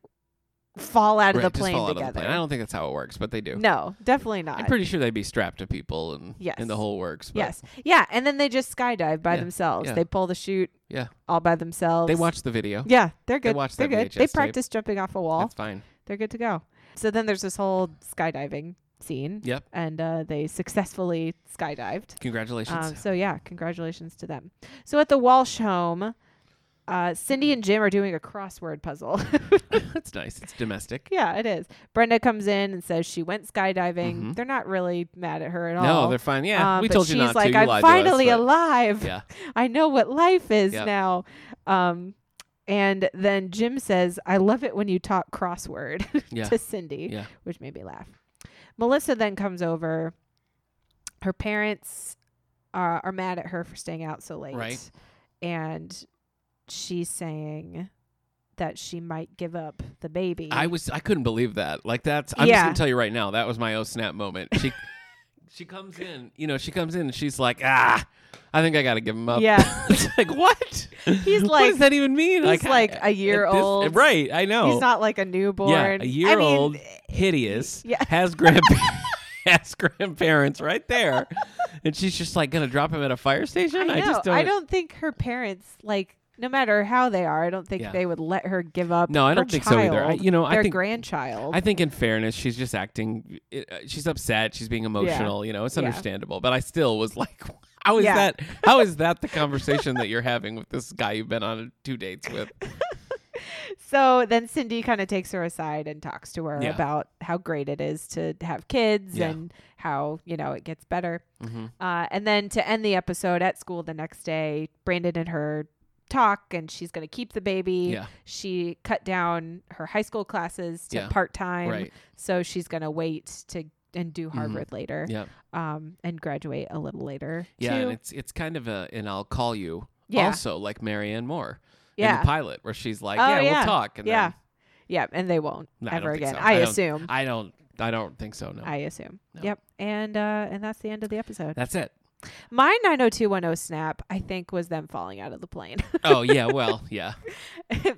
B: fall out of the
A: Right, just
B: plane
A: fall out of
B: together.
A: the plane. I don't think that's how it works, but they do.
B: no, definitely not.
A: I'm pretty sure they'd be strapped to people and
B: Yes.
A: and the whole works. But
B: yes. Yeah, and then they just skydive by
A: Yeah,
B: themselves.
A: yeah.
B: They pull the chute
A: Yeah.
B: all by themselves.
A: They watch the video.
B: Yeah, they're
A: They
B: good.
A: watch that
B: are good.
A: VHS
B: They
A: tape.
B: practice jumping off a wall.
A: That's fine.
B: they're good to go. So then there's this whole skydiving scene.
A: Yep.
B: And uh, they successfully skydived.
A: Congratulations.
B: Um, so yeah, congratulations to them. So at the Walsh home, uh, Cindy and Jim are doing a crossword puzzle.
A: <laughs>
B: <laughs>
A: that's nice. It's domestic.
B: yeah, it is. Brenda comes in and says she went skydiving.
A: Mhm.
B: They're not really mad at her at all.
A: No, they're fine. Yeah,
B: Uh,
A: we
B: but
A: told you
B: she's
A: not
B: like,
A: to. You
B: I'm
A: lied to us,
B: finally
A: but-
B: alive.
A: Yeah.
B: <laughs> I know what life is
A: Yep.
B: now. Um, and then Jim says, I love it when you talk crossword <laughs>
A: Yeah.
B: to Cindy,
A: Yeah.
B: which made me laugh. Melissa then comes over. Her parents uh, are, are mad at her for staying out so late.
A: Right.
B: And she's saying that she might give up the baby.
A: I was I couldn't believe that. Like that's I'm just
B: Yeah.
A: gonna tell you right now, that was my oh snap moment.
B: <laughs>
A: She she comes in, you know, she comes in and she's like, ah, I think I gotta give him up.
B: Yeah.
A: <laughs> it's like what? <laughs>
B: He's
A: what
B: like-
A: does that even mean?
B: he's like a
A: at
B: year
A: this-
B: old.
A: Right, I know.
B: He's not like a newborn.
A: yeah, a year
B: I mean, eh,
A: old, hideous,
B: yeah. <laughs>
A: has grandpa <laughs> has grandparents right there. and she's just like gonna drop him at a fire station. I,
B: I, know.
A: just don't
B: I don't think her parents like. No matter how they are, I don't think
A: Yeah.
B: they would let her give up.
A: No, I
B: her
A: don't think so either. I-
B: child,
A: you know, I
B: their
A: think-
B: grandchild.
A: I think, in fairness, she's just acting. It, uh, she's upset. She's being emotional. You know, it's
B: Yeah.
A: understandable. But I still was like, <laughs> how is
B: Yeah.
A: that? How is that
B: <laughs>
A: the conversation that you're having with this guy you've been on two dates with?
B: so then Cindy kind of takes her aside and talks to her
A: Yeah.
B: about how great it is to have kids
A: Yeah.
B: and how you know it gets better. <laughs>
A: Mm-hmm.
B: Uh, and then to end the episode at school the next day, Brandon and her talk, and she's going to keep the baby.
A: Yeah.
B: She cut down her high school classes to
A: Yeah.
B: part time,
A: Right. Mm-hmm.
B: so she's going to wait to and do Harvard later.
A: Yeah.
B: um, and graduate a little later.
A: Yeah.
B: too.
A: And it's it's kind of a and I'll call you.
B: Yeah.
A: Also, like Marianne Moore in
B: Yeah.
A: the pilot, where she's like,
B: Oh,
A: yeah,
B: yeah.
A: we'll talk. And
B: yeah,
A: Then,
B: yeah, and they won't
A: No, I
B: ever
A: don't think
B: again.
A: so.
B: I,
A: I don't-
B: assume.
A: I don't. I don't think so. No.
B: I assume.
A: No.
B: Yep. And uh, and that's the end of the episode.
A: That's it.
B: My 90210 snap, I think, was them falling out of the plane <laughs>
A: Oh yeah. Well yeah.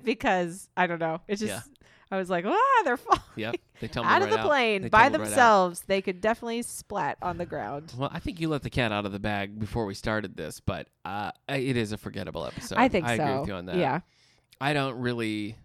B: because I don't know. It just I was like, ah, they're <laughs> falling
A: Yep. They tumbled
B: <laughs> out of
A: right
B: the plane
A: They
B: by
A: tumbled right out.
B: themselves. they could definitely splat on the ground.
A: Well, I think you let the cat out of the bag before we started this, but uh, I- it is a forgettable episode.
B: I think
A: I
B: so.
A: agree with you on that.
B: Yeah,
A: I don't really.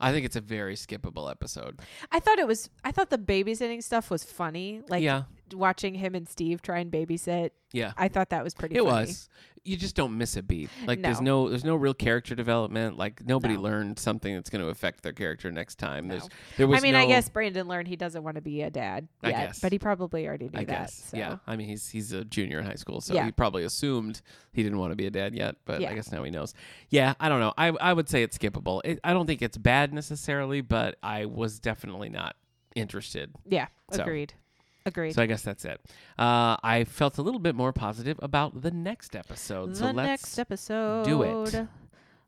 A: I think it's a very skippable episode.
B: I thought it was. I thought the babysitting stuff was funny. Like
A: yeah,
B: watching him and Steve try and babysit.
A: yeah.
B: I thought that was pretty.
A: It
B: funny.
A: was. You just don't miss a beat. Like there's no there's no real character development. Like nobody
B: No.
A: learned something that's going to affect their character next time. There's
B: No.
A: there was
B: I mean, I
A: no-
B: guess Brandon learned he doesn't want to be a dad
A: I
B: yet,
A: guess.
B: but he probably already knew
A: I
B: that.
A: guess.
B: So.
A: Yeah. I mean, he's he's a junior in high school, so
B: Yeah.
A: he probably assumed he didn't want to be a dad yet. But I
B: Yeah.
A: guess now he knows. Yeah. I don't know. I I would say it's skippable. It, I don't think it's bad necessarily, but I was definitely not interested.
B: Yeah.
A: So.
B: Agreed. Agreed.
A: So I guess that's it. Uh, I felt a little bit more positive about the next episode. so
B: the
A: let's
B: next episode.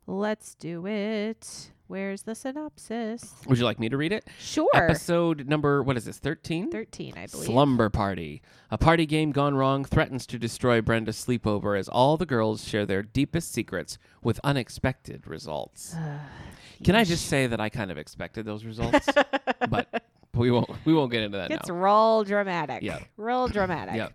B: Let's do it. Where's the synopsis?
A: Would you like me to read it?
B: Sure.
A: Episode number what is this? Thirteen.
B: 13, I believe. <sighs>
A: Slumber Party. A party game gone wrong threatens to destroy Brenda's sleepover as all the girls share their deepest secrets with unexpected results.
B: Uh,
A: Can I just say that I kind of expected those
B: <laughs>
A: results, but we won't we won't get into that
B: It's
A: now.
B: real dramatic.
A: Yeah.
B: Real dramatic.
A: Yeah.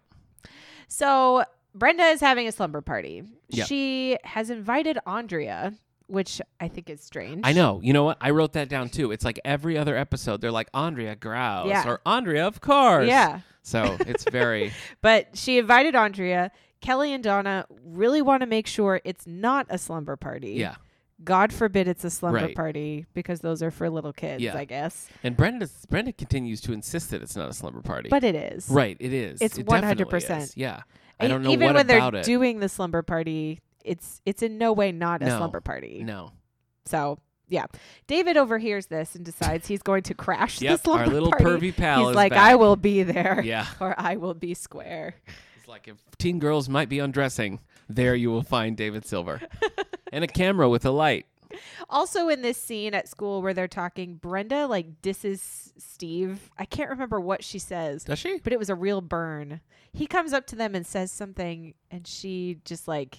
B: So Brenda is having a slumber party.
A: Yeah.
B: She has invited Andrea, which I think is strange.
A: I know. You know what? I wrote that down too. It's like every other episode they're like Andrea Grouse
B: Yeah.
A: or Andrea of course.
B: Yeah.
A: So, it's
B: <laughs>
A: very
B: But she invited Andrea. Kelly and Donna really want to make sure it's not a slumber party.
A: yeah.
B: God forbid it's a slumber
A: Right.
B: party because those are for little kids,
A: Yeah.
B: I guess.
A: And Brenda Brenda continues to insist that it's not a slumber party.
B: But it is.
A: right, it is.
B: It's
A: It definitely
B: 100%.
A: is. Yeah. I
B: E-
A: don't know
B: Even
A: what
B: when
A: about
B: they're
A: it.
B: doing the slumber party, it's it's in no way not a
A: No.
B: slumber party.
A: no.
B: So yeah, David overhears this and decides he's going to crash the
A: Yep,
B: slumber
A: our little
B: party.
A: pervy pal
B: he's
A: is
B: like, I
A: back."
B: will be there.
A: <laughs> Yeah.
B: <laughs> Or I will be square.
A: It's like if teen girls might be undressing, there you will find David
B: <laughs>
A: Silver and a camera with a light.
B: Also, in this scene at school where they're talking, Brenda like disses Steve. I can't remember what she says,
A: Does she?
B: but it was a real burn. He comes up to them and says something, and she just like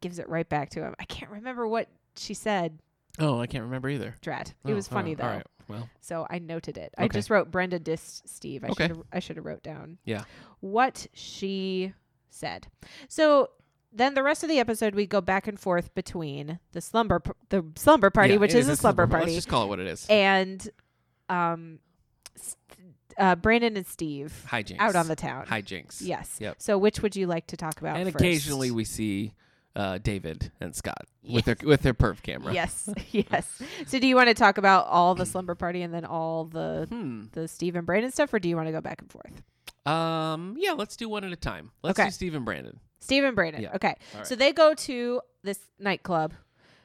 B: gives it right back to him. I can't remember what she said.
A: Oh, I can't remember either.
B: Drat. It
A: Oh,
B: was
A: all
B: funny
A: right,
B: though.
A: All right. Well,
B: So I noted it. I
A: Okay.
B: just wrote Brenda dissed Steve. I
A: Okay.
B: should I should have wrote down.
A: Yeah.
B: What she said. So then the rest of the episode we go back and forth between the slumber p- the slumber party,
A: yeah,
B: which
A: it
B: is, a slumber,
A: par-
B: party,
A: Let's just call it what it is.
B: and um s- uh, Brandon and Steve
A: Hijinks.
B: out on the town.
A: hijinks.
B: Yes.
A: Yep.
B: So which would you like to talk about
A: And
B: first?
A: occasionally
B: <laughs>
A: we see uh, David and Scott with their with their perv camera. <laughs>
B: Yes. Yes. So do you want to talk about all the slumber party and then all the
A: Hmm.
B: the Steve and Brandon stuff or do you want to go back and forth?
A: Um. Yeah. Let's do one at a time. Let's
B: Okay.
A: do Steve and Brandon.
B: Steve and Brandon.
A: Yeah.
B: Okay.
A: All
B: So they go to this nightclub.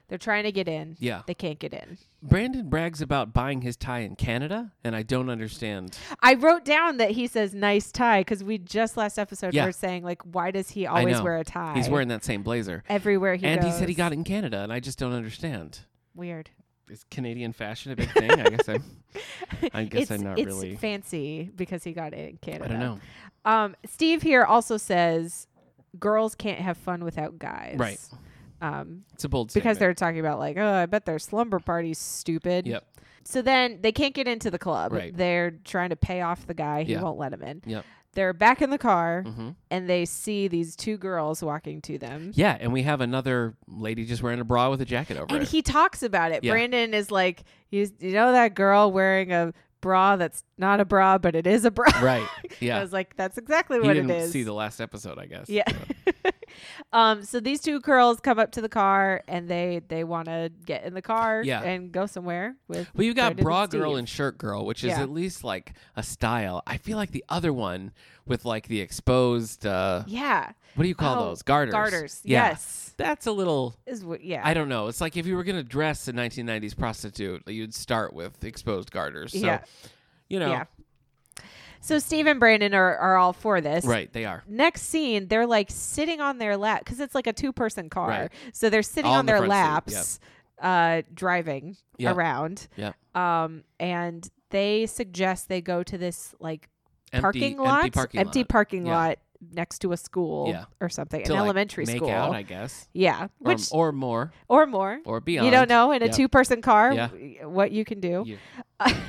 B: They're trying to get in.
A: Yeah.
B: They can't get in.
A: Brandon brags about buying his tie in Canada, and I don't understand.
B: I wrote down that he says nice tie because we just last episode
A: Yeah.
B: were saying like why does he
A: I
B: always
A: know.
B: wear a tie?
A: He's wearing that same blazer,
B: everywhere he
A: and
B: goes.
A: he said he got it in Canada, and I just don't understand.
B: weird.
A: is Canadian fashion a big thing? I guess I'm.
B: <laughs>
A: I guess
B: it's,
A: I'm not
B: it's
A: really.
B: fancy because he got it in Canada.
A: I don't know.
B: Um, Steve here also says girls can't have fun without guys.
A: Right.
B: Um,
A: It's a bold
B: because
A: statement.
B: they're talking about like, oh, I bet their slumber party's stupid.
A: Yep.
B: So then they can't get into the club.
A: Right.
B: They're trying to pay off the guy. He
A: Yeah.
B: won't let him in.
A: Yep.
B: They're back in the car
A: Mhm.
B: and they see these two girls walking to them.
A: Yeah, and we have another lady just wearing a bra with a jacket over
B: And
A: it.
B: he talks about it.
A: Yeah.
B: Brandon is like, you, you know that girl wearing a bra that's not a bra, but it is a bra. <laughs>
A: right.
B: I
A: Yeah.
B: was like, that's exactly
A: He
B: what
A: didn't
B: it is.
A: see the last episode, I guess.
B: <laughs> yeah. <laughs> um. So these two girls come up to the car and they they want to get in the car
A: Yeah.
B: and go somewhere with.
A: Well, you got
B: Brandon
A: bra
B: and
A: girl
B: Steve.
A: and shirt girl, which is
B: Yeah.
A: at least like a style. I feel like the other one with like the exposed. Uh,
B: Yeah.
A: What do you call
B: Oh,
A: those? Garters.
B: Garters.
A: Yeah.
B: Yes.
A: That's a little.
B: Is what. Yeah.
A: I don't know. It's like if you were going to dress a 1990s prostitute, you'd start with exposed garters. So,
B: Yeah.
A: you know,
B: Yeah. So Steve and Brandon are, are all for this.
A: right, they are.
B: Next scene, they're like sitting on their lap because it's like a two person car.
A: Right.
B: So they're sitting
A: All
B: on
A: in the
B: their
A: front seat,
B: laps, uh, driving
A: Yeah.
B: around.
A: Yeah.
B: Um, and they suggest they go to this like
A: Empty-
B: parking
A: empty
B: lot,
A: parking lot.
B: parking
A: Yeah.
B: lot next to a school
A: Yeah.
B: or something,
A: To,
B: an
A: like,
B: elementary
A: make
B: school.
A: out, I guess,
B: yeah,
A: or,
B: which
A: or more,
B: or, more.
A: or beyond.
B: You don't know in a
A: Yep.
B: two-person car
A: Yeah.
B: w- what you can do.
A: You-
B: <laughs>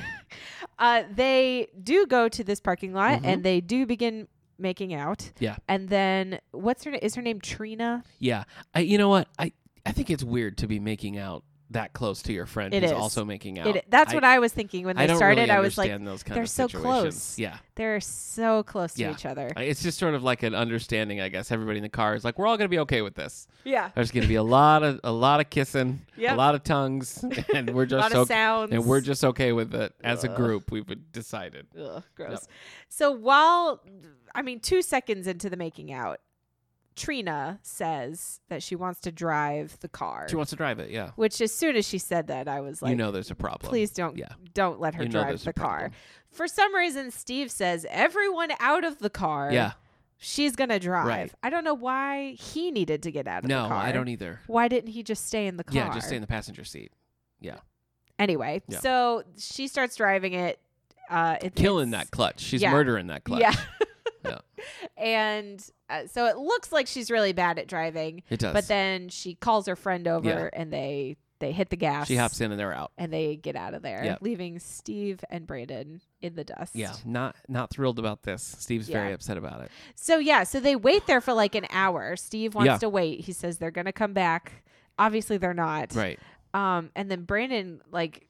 B: Uh, they do go to this parking lot
A: Mhm.
B: and they do begin making out.
A: Yeah.
B: And then what's her name? Is her name Trina?
A: Yeah. I you know what? I I think it's weird to be making out that close to your friend
B: It
A: who's
B: is.
A: also making out.
B: It, that's what I was thinking when
A: I
B: they
A: don't
B: started.
A: really
B: I was like,
A: understand those kind
B: they're
A: of
B: so
A: situations.
B: close.
A: Yeah.
B: they're so close to
A: Yeah.
B: each other.
A: I- It's just sort of like an understanding, I guess. Everybody in the car is like, we're all going to be okay with this.
B: yeah.
A: There's going to be a lot of a lot of kissing,
B: Yep.
A: a lot of tongues, <laughs> and we're
B: A
A: just
B: lot of
A: okay,
B: sounds.
A: and we're just okay with it as a
B: Ugh.
A: group. We've decided.
B: Ugh, gross. So while, I mean, two seconds into the making out, Trina says that she wants to drive the car.
A: She wants to drive it. Yeah.
B: which, as soon as she said that, I was like,
A: you know, there's a problem.
B: please don't
A: Yeah.
B: don't let her
A: You know
B: drive
A: there's a
B: the car.
A: problem.
B: For some reason, Steve says everyone out of the car.
A: Yeah.
B: she's gonna drive.
A: Right.
B: I don't know why he needed to get out of
A: No,
B: the car.
A: I don't either.
B: Why didn't he just stay in the car?
A: Yeah, just stay in the passenger seat.
B: Anyway,
A: Yeah.
B: so she starts driving it. Uh, it
A: Killing
B: it's-
A: that clutch. She's
B: yeah.
A: murdering that clutch.
B: Yeah.
A: <laughs> Yeah.
B: <laughs> And uh, so it looks like she's really bad at driving,
A: It does.
B: but then she calls her friend over and they they hit the gas.
A: she hops in and they're out.
B: and they get out of there,
A: Yeah.
B: leaving Steve and Brandon in the dust.
A: Yeah, not not thrilled about this. Steve's very
B: Yeah.
A: upset about it.
B: So yeah, so they wait there for like an hour. Steve wants
A: Yeah.
B: to wait. He says they're gonna come back. Obviously they're not.
A: Right.
B: Um, and then Brandon like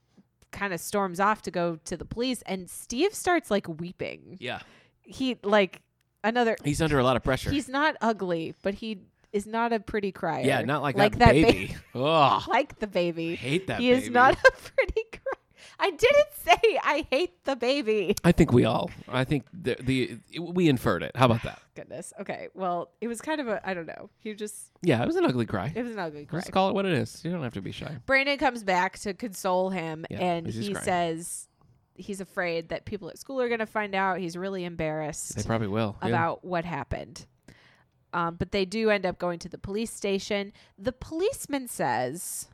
B: kind of storms off to go to the police and Steve starts like weeping.
A: Yeah.
B: He like another
A: He's under a lot of pressure.
B: he's not ugly, but he is not a pretty crier.
A: yeah, not like, that,
B: ba-
A: baby. Oh,
B: <laughs> like the
A: I
B: baby.
A: hate that
B: he
A: baby.
B: is not <laughs> a pretty crier. I didn't say I hate the baby.
A: I think we all. I think the, the we inferred it. How about that?
B: Goodness. Okay. Well, it was kind of a I don't know. He just
A: Yeah, it was an ugly cry.
B: it was an ugly cry.
A: Let's call it what it is. You don't have to be shy.
B: Brandon comes back to console him,
A: Yeah,
B: and
A: he's just
B: he
A: crying.
B: says he's afraid that people at school are going to find out. He's really embarrassed
A: They probably will. Yeah.
B: about what happened. Um, but they do end up going to the police station. The policeman says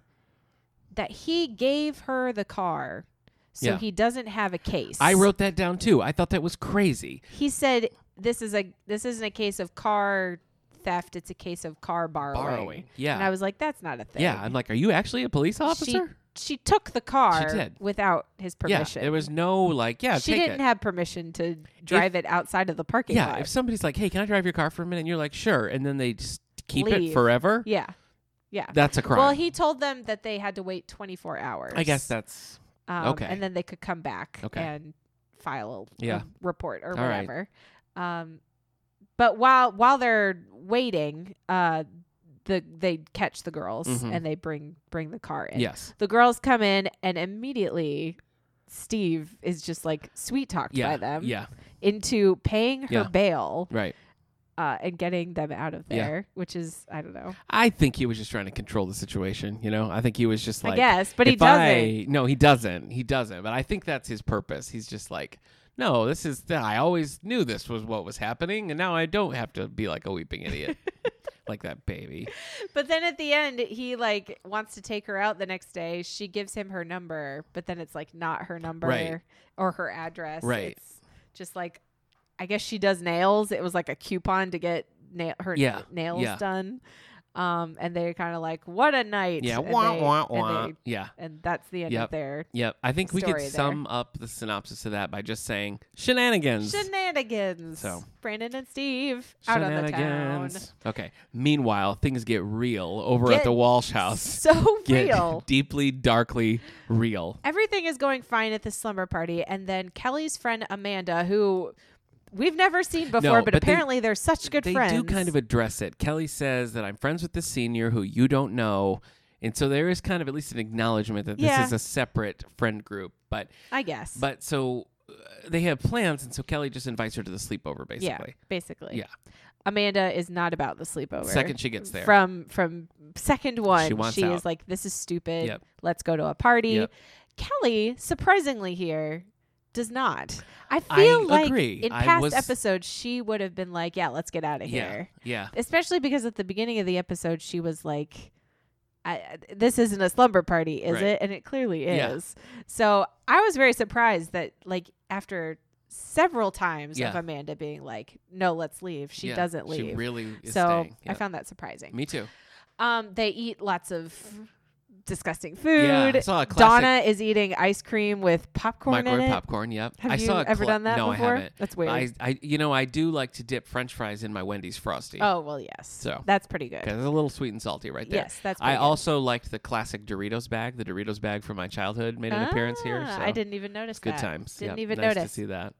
B: that he gave her the car, so
A: Yeah.
B: he doesn't have a case.
A: I wrote that down too. I thought that was crazy.
B: He said this is a this isn't a case of car theft. It's a case of car borrowing.
A: Borrowing. Yeah.
B: And I was like, that's not a thing.
A: yeah. I'm like, are you actually a police officer?
B: She, she took the car
A: She did.
B: without his permission.
A: Yeah. There was no like. Yeah.
B: she
A: take
B: didn't
A: it.
B: have permission to drive it outside of the parking
A: Yeah.
B: lot.
A: If somebody's like, hey, can I drive your car for a minute? And you're like, sure. And then they just keep
B: Leave.
A: it forever.
B: yeah. Yeah.
A: That's a crime.
B: Well, he told them that they had to wait 24 hours.
A: I guess that's
B: Um,
A: okay.
B: And then they could come back
A: Okay.
B: and file a
A: Yeah.
B: report or
A: All right.
B: whatever. Um, but while while they're waiting, uh, the they catch the girls
A: Mhm.
B: and they bring bring the car in.
A: yes.
B: The girls come in and immediately Steve is just like sweet talked
A: Yeah.
B: by them
A: Yeah.
B: into paying her
A: Yeah.
B: bail
A: Right.
B: uh, and getting them out of
A: Yeah.
B: there, which is I don't know.
A: I think he was just trying to control the situation, you know? I think he was just like
B: I guess, but he
A: if
B: doesn't.
A: I- no, he doesn't. He doesn't. But I think that's his purpose. He's just like, no, this is the, I always knew this was what was happening, and now I don't have to be like a weeping
B: <laughs>
A: idiot. like that baby.
B: But then at the end, he like wants to take her out the next day. She gives him her number, but then it's like not her number
A: Right.
B: or her address.
A: Right.
B: It's just like, I guess she does nails. It was like a coupon to get nail her
A: Yeah.
B: nails
A: Yeah.
B: done. Um, and they're kind of like, what a night.
A: Yeah.
B: And
A: Wah,
B: they-
A: wah,
B: and
A: wah.
B: they-
A: yeah.
B: And that's the end of
A: Yep.
B: their
A: Yeah. I think we could
B: Story there.
A: sum up the synopsis of that by just saying shenanigans.
B: shenanigans.
A: So.
B: Brandon and Steve out on the town.
A: Shenanigans. Okay. Meanwhile, things get real over
B: Get
A: at the Walsh house.
B: So
A: Get
B: real.
A: <laughs> deeply, darkly real.
B: everything is going fine at the slumber party and then kelly's friend amanda who we've never seen before but,
A: but they-
B: apparently they, are such good
A: they
B: friends
A: do kind of address it. Kelly says that I'm friends with this senior who you don't know. And so there is kind of at least an acknowledgement that this
B: Yeah.
A: is a separate friend group. But
B: i guess
A: but so uh, they have plans and so Kelly just invites her to the sleepover
B: yeah
A: basically.
B: basically
A: Yeah.
B: amanda is not about the sleepover
A: Second she gets there.
B: from from second one
A: She
B: she,
A: wants
B: is
A: out.
B: like this is stupid
A: Yep.
B: let's go to a party
A: Yep.
B: kelly surprisingly here does not i
A: I
B: feel like
A: agree.
B: in
A: I
B: past
A: was-
B: episodes she would have been like yeah let's get out of
A: yeah.
B: here
A: Yeah.
B: especially because at the beginning of the episode she was like I, I- this isn't a slumber party is
A: Right.
B: it and it clearly
A: Yeah.
B: is so i was very surprised that like after several times of
A: Yeah.
B: Amanda being like, "No, let's leave." She
A: Yeah,
B: doesn't leave.
A: She really is
B: so
A: staying.
B: I
A: Yeah.
B: found that surprising.
A: Me too.
B: Um, they eat lots of disgusting
A: Yeah,
B: food.
A: I saw a classic
B: Donna is eating ice cream with popcorn in
A: microwave
B: it.
A: popcorn. Yep.
B: Have
A: I
B: you
A: saw a
B: ever
A: cla-
B: done that
A: No,
B: before?
A: I haven't.
B: That's
A: But
B: weird.
A: I, I, you know, I do like to dip French fries in my Wendy's frosty.
B: oh well, yes.
A: So.
B: that's pretty good.
A: 'Cause it's a little sweet and salty right there.
B: Yes, that's
A: I
B: pretty good.
A: also liked the classic Doritos bag. The Doritos bag from my childhood made an appearance here.
B: Ah,
A: So
B: I didn't even notice.
A: It's good
B: that.
A: times.
B: Didn't
A: Yep,
B: even
A: nice
B: notice.
A: to see that.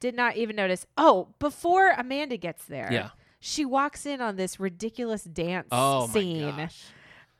B: Did not even notice. Oh, before Amanda gets there,
A: Yeah.
B: she walks in on this ridiculous dance
A: Oh
B: scene.
A: my gosh.